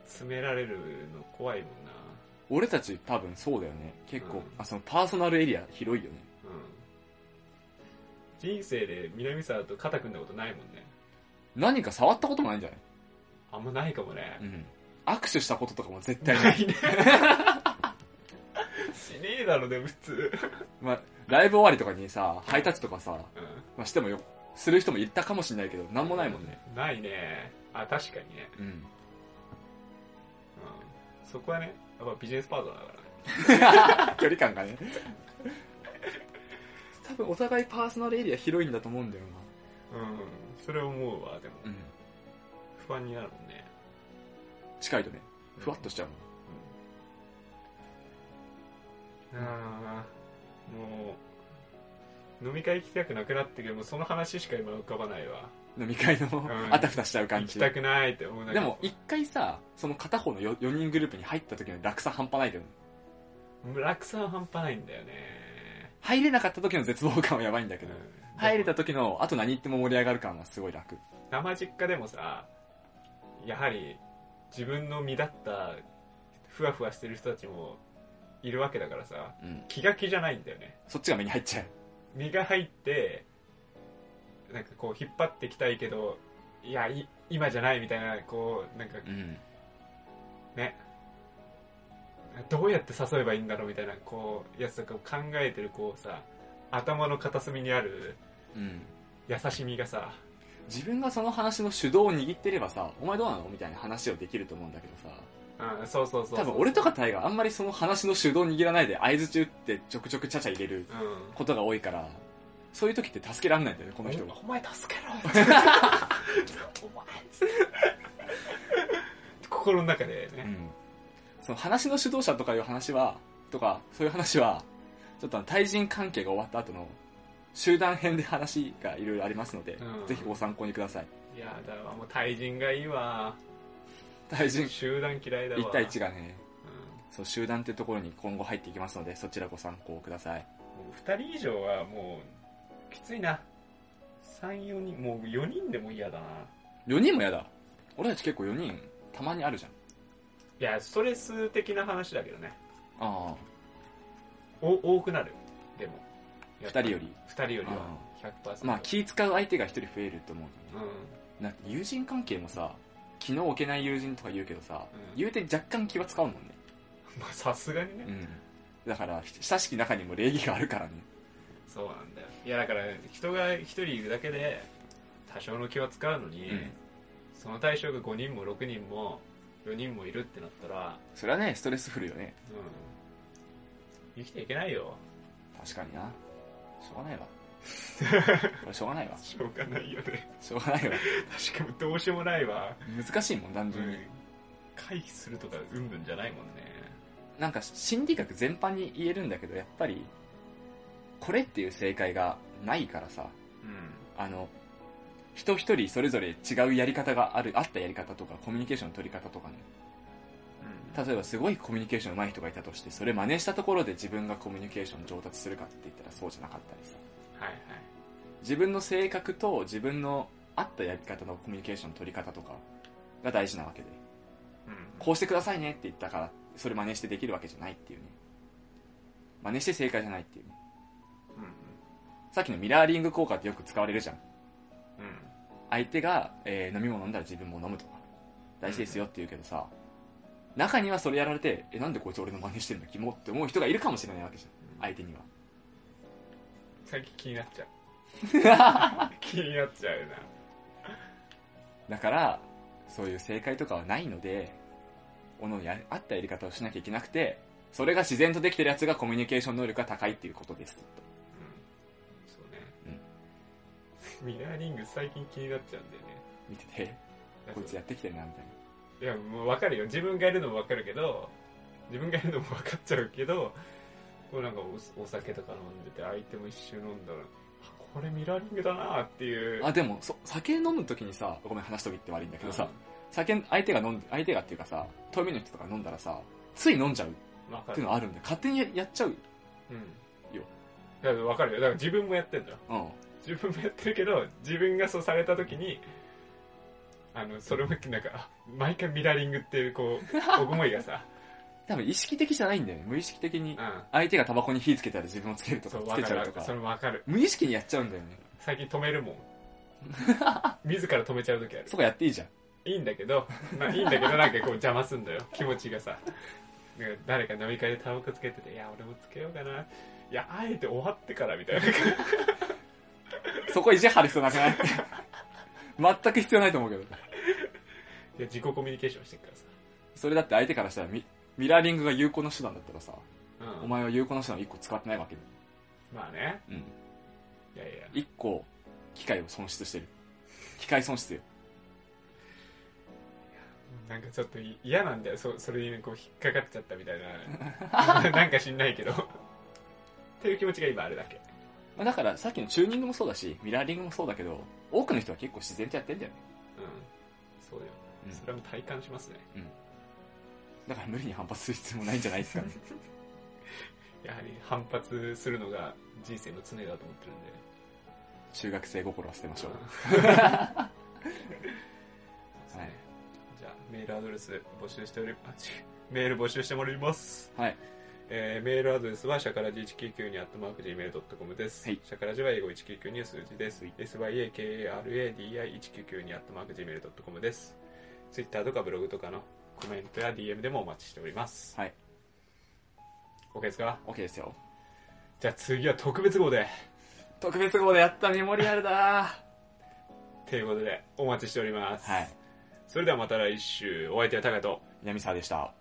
Speaker 1: 詰められるの怖いもんな
Speaker 2: 俺たち多分そうだよね。結構、
Speaker 1: うん
Speaker 2: あ、そのパーソナルエリア広いよね。
Speaker 1: うん人生で南沢と肩組んだことないもんね
Speaker 2: 何か触ったこともないんじゃない
Speaker 1: あんまないかもね
Speaker 2: うん。握手したこととかも絶対な。
Speaker 1: ない いねしねえだろね普通
Speaker 2: まあ、ライブ終わりとかにさ、ハイタッチとかさ、
Speaker 1: うん
Speaker 2: まあ、してもよ、する人もいたかもしれないけど、なんもないもんね。
Speaker 1: ないねあ確かにね、
Speaker 2: うん。
Speaker 1: うん、そこはねやっぱビジネスパートナーだから
Speaker 2: 距離感がね。多分お互いパーソナルエリア広いんだと思うんだよ
Speaker 1: うんそれ思うわでも
Speaker 2: な。うん。
Speaker 1: 不安になるもんね
Speaker 2: 近いとね、ふわっとしちゃうもん。
Speaker 1: うんあーもう飲み会行きたくなくなってけどもうその話しか今浮かばないわ
Speaker 2: 飲み会
Speaker 1: ん
Speaker 2: の、あたふたしちゃう感
Speaker 1: 行
Speaker 2: じ。
Speaker 1: きたくないって思うな
Speaker 2: でも、一回さ、その片方の 4, 人グループに入った時の落差半端ないけどね。
Speaker 1: 落差は半端ないんだよね、
Speaker 2: 入れなかった時の絶望感はやばいんだけど、入れた時の、あと何言っても盛り上がる感はすごい楽。
Speaker 1: 生実家でもさやはり自分の身だったふわふわしてる人たちもいるわけだからさ
Speaker 2: うん。
Speaker 1: 気が気じゃないんだよね
Speaker 2: そっちが目に入っちゃう。
Speaker 1: 身が入ってなんかこう引っ張ってきたいけどいやい今じゃないみたいなこうなんか
Speaker 2: うん。
Speaker 1: ねどうやって誘えばいいんだろうみたいなこうやつとかを考えてるこうさ頭の片隅にある
Speaker 2: うん。
Speaker 1: 優しみがさ
Speaker 2: 自分がその話の主導を握ってればさ、お前どうなのみたいな話をできると思うんだけどさ、
Speaker 1: うんそうそうそう
Speaker 2: 多分俺とかタイがあんまりその話の主導を握らないで合図中ってちょくちょくちゃちゃ入れる
Speaker 1: うん
Speaker 2: ことが多いから、そういう時って助けらんないんだよね、この人が。
Speaker 1: おお前助 けろお前心の中で
Speaker 2: う
Speaker 1: ね、
Speaker 2: ん。その話の主導者とかいう話は、とか、そういう話は、ちょっとあの対人関係が終わった後の集団編で話がいろいろありますので、
Speaker 1: うん
Speaker 2: ぜひご参考にください。
Speaker 1: いやだわもう対人がいいわ
Speaker 2: 対人、
Speaker 1: 集団嫌いだわ
Speaker 2: 1対1
Speaker 1: が、
Speaker 2: がね、そう集団ってところに今後入っていきますので、そちらご参考ください。
Speaker 1: うん、もう2人以上はもうきついな34人もう4人でも嫌だな
Speaker 2: 4人もやだ。俺たち結構4人、たまにあるじゃん。
Speaker 1: いやストレス的な話だけどね
Speaker 2: あ
Speaker 1: お多くなるでも
Speaker 2: あ、2人より。
Speaker 1: 2人よりは100%
Speaker 2: まあ気使う相手が1人増えると思う
Speaker 1: う
Speaker 2: よ
Speaker 1: ん
Speaker 2: ね。なんか友人関係もさ、気の置けない友人とか言うけどさ、
Speaker 1: うん
Speaker 2: 言うて若干気は使うもんね。
Speaker 1: まあさすがにね、
Speaker 2: うん。だから、ひ親しき中にも礼儀があるからね。
Speaker 1: そうなんだよいやだから人が一人いるだけで多少の気は使うのに、
Speaker 2: うん
Speaker 1: その対象が5人も6人も4人もいるってなったら、
Speaker 2: それはね、ストレスフルよね。
Speaker 1: うん、生きていけないよ
Speaker 2: 確かにな。しょうがないわ。 これしょうがないわ。
Speaker 1: しょうがないよね
Speaker 2: しょうがないわ。
Speaker 1: 確かにどうしようもないわ、
Speaker 2: 難しいもん、単
Speaker 1: う
Speaker 2: 純に。
Speaker 1: ん、回避するとかうんぬんじゃないもんね
Speaker 2: なんか心理学全般に言えるんだけど、やっぱり、これっていう正解がないからさ、
Speaker 1: うん
Speaker 2: あの、人一人それぞれ違うやり方がある、あったやり方とか、コミュニケーションの取り方とかね。
Speaker 1: うん
Speaker 2: 例えばすごいコミュニケーション上手い人がいたとして、それ真似したところで自分がコミュニケーション上達するかって言ったらそうじゃなかったりさ。
Speaker 1: はいはい
Speaker 2: 自分の性格と自分の合ったやり方のコミュニケーションの取り方とかが大事なわけで、
Speaker 1: うん
Speaker 2: こうしてくださいねって言ったから、それ真似してできるわけじゃないっていうね。真似して正解じゃないっていうね。
Speaker 1: う
Speaker 2: さっきのミラーリング効果ってよく使われるじゃん。
Speaker 1: んうん
Speaker 2: 相手が、えー飲み物飲んだら自分も飲むとか。大事ですよって言うけどさ、中にはそれやられて、え、なんでこいつ俺の真似してんのキモって思う人がいるかもしれないわけじゃん。相手には。
Speaker 1: 最近気になっちゃう気になっちゃうな。
Speaker 2: だからそういう正解とかはないのでおのおのや合ったやり方をしなきゃいけなくてそれが自然とできてるやつがコミュニケーション能力が高いっていうことです
Speaker 1: うん。そうね。ミラーリング最近気になっちゃうんだよね。
Speaker 2: 見ててこいつやってきてるなみたいない
Speaker 1: や、もうわかるよ。自分がいるのもわかるけど、自分がいるのもわかっちゃうけど、こうなんかおお酒とか飲んでて、相手も一周飲んだら、あこれミラーリングだなっていう。
Speaker 2: あでもそ酒飲む時にさごめん話飛びって悪いんだけどさ、
Speaker 1: う
Speaker 2: 酒相手が飲んで相手がっていうかさ遠目の人とか飲んだらさつい飲んじゃうっ
Speaker 1: ん、わか
Speaker 2: てい
Speaker 1: る
Speaker 2: う。のあるんで勝手にやっちゃう
Speaker 1: うん。
Speaker 2: よ
Speaker 1: いや。わかるよ。だから自分もやってんだよ。
Speaker 2: うん
Speaker 1: 自分もやってるけど、自分がそうされた時に、あの、それもなんか、あ毎回ミラーリングっていう、こう、思いがさ、
Speaker 2: 多分意識的じゃないんだよね無意識的に
Speaker 1: うん。
Speaker 2: 相手がタバコに火つけたら自分をつけるとか
Speaker 1: そう、
Speaker 2: つ
Speaker 1: わ
Speaker 2: け
Speaker 1: か
Speaker 2: ちゃう
Speaker 1: る
Speaker 2: と。か
Speaker 1: それもわかる。
Speaker 2: 無意識にやっちゃうんだよね
Speaker 1: 最近止めるもん。自ら止めちゃう時ある。
Speaker 2: そこやっていいじゃん
Speaker 1: いいんだけど、まあ、いいんだけどなんかこう邪魔すんだよ、気持ちがさ。なんか誰か飲み会でタバコつけてて、いや、俺もつけようかな。いや、あえて終わってからみたいな。
Speaker 2: そこ意地張る必要なくない 全く必要ないと思うけど。
Speaker 1: で自己コミュニケーションしてるからさ。
Speaker 2: それだって相手からしたらミミラーリングが有効な手段だったらさ、
Speaker 1: うん。
Speaker 2: お前は有効な手段を1個使ってないわけで。
Speaker 1: まあね。
Speaker 2: うん。
Speaker 1: いやいや。
Speaker 2: 1個、機械を損失してる。機械損失よ。
Speaker 1: なんかちょっとい嫌なんだよ。そそれにこう引っかかっちゃったみたいな。なんか知んないけど。っていう気持ちが今あるだけ。
Speaker 2: まあだからさっきのチューニングもそうだし、ミラーリングもそうだけど、多くの人は結構自然とやってんだよね。
Speaker 1: うん。そうよ。
Speaker 2: うん
Speaker 1: それも体感しますね。
Speaker 2: だから無理に反発する必要もないんじゃないですかね。
Speaker 1: やはり反発するのが人生の常だと思ってるんで。
Speaker 2: 中学生心は捨てましょう。
Speaker 1: は
Speaker 2: はいい。
Speaker 1: じゃあ、メールアドレス募集しており、あ、ちメール募集してもらいます。
Speaker 2: はい。
Speaker 1: えー、メールアドレスは、シャカラジ199にアットマーク Gmail.com です。
Speaker 2: はい
Speaker 1: シャカラジは英語199には数字です。
Speaker 2: はい
Speaker 1: syakaradi199 にアットマーク Gmail.com です。ツイッターとかブログとかのコメントや DM でもお待ちしております。
Speaker 2: はい。
Speaker 1: OK ですか
Speaker 2: OK ですよ。
Speaker 1: じゃあ次は特別号で、
Speaker 2: 特別号でやったメモリアルだ
Speaker 1: ということでお待ちしております。
Speaker 2: はい。
Speaker 1: それではまた来週、お相手は高谷と、
Speaker 2: 南沢でした。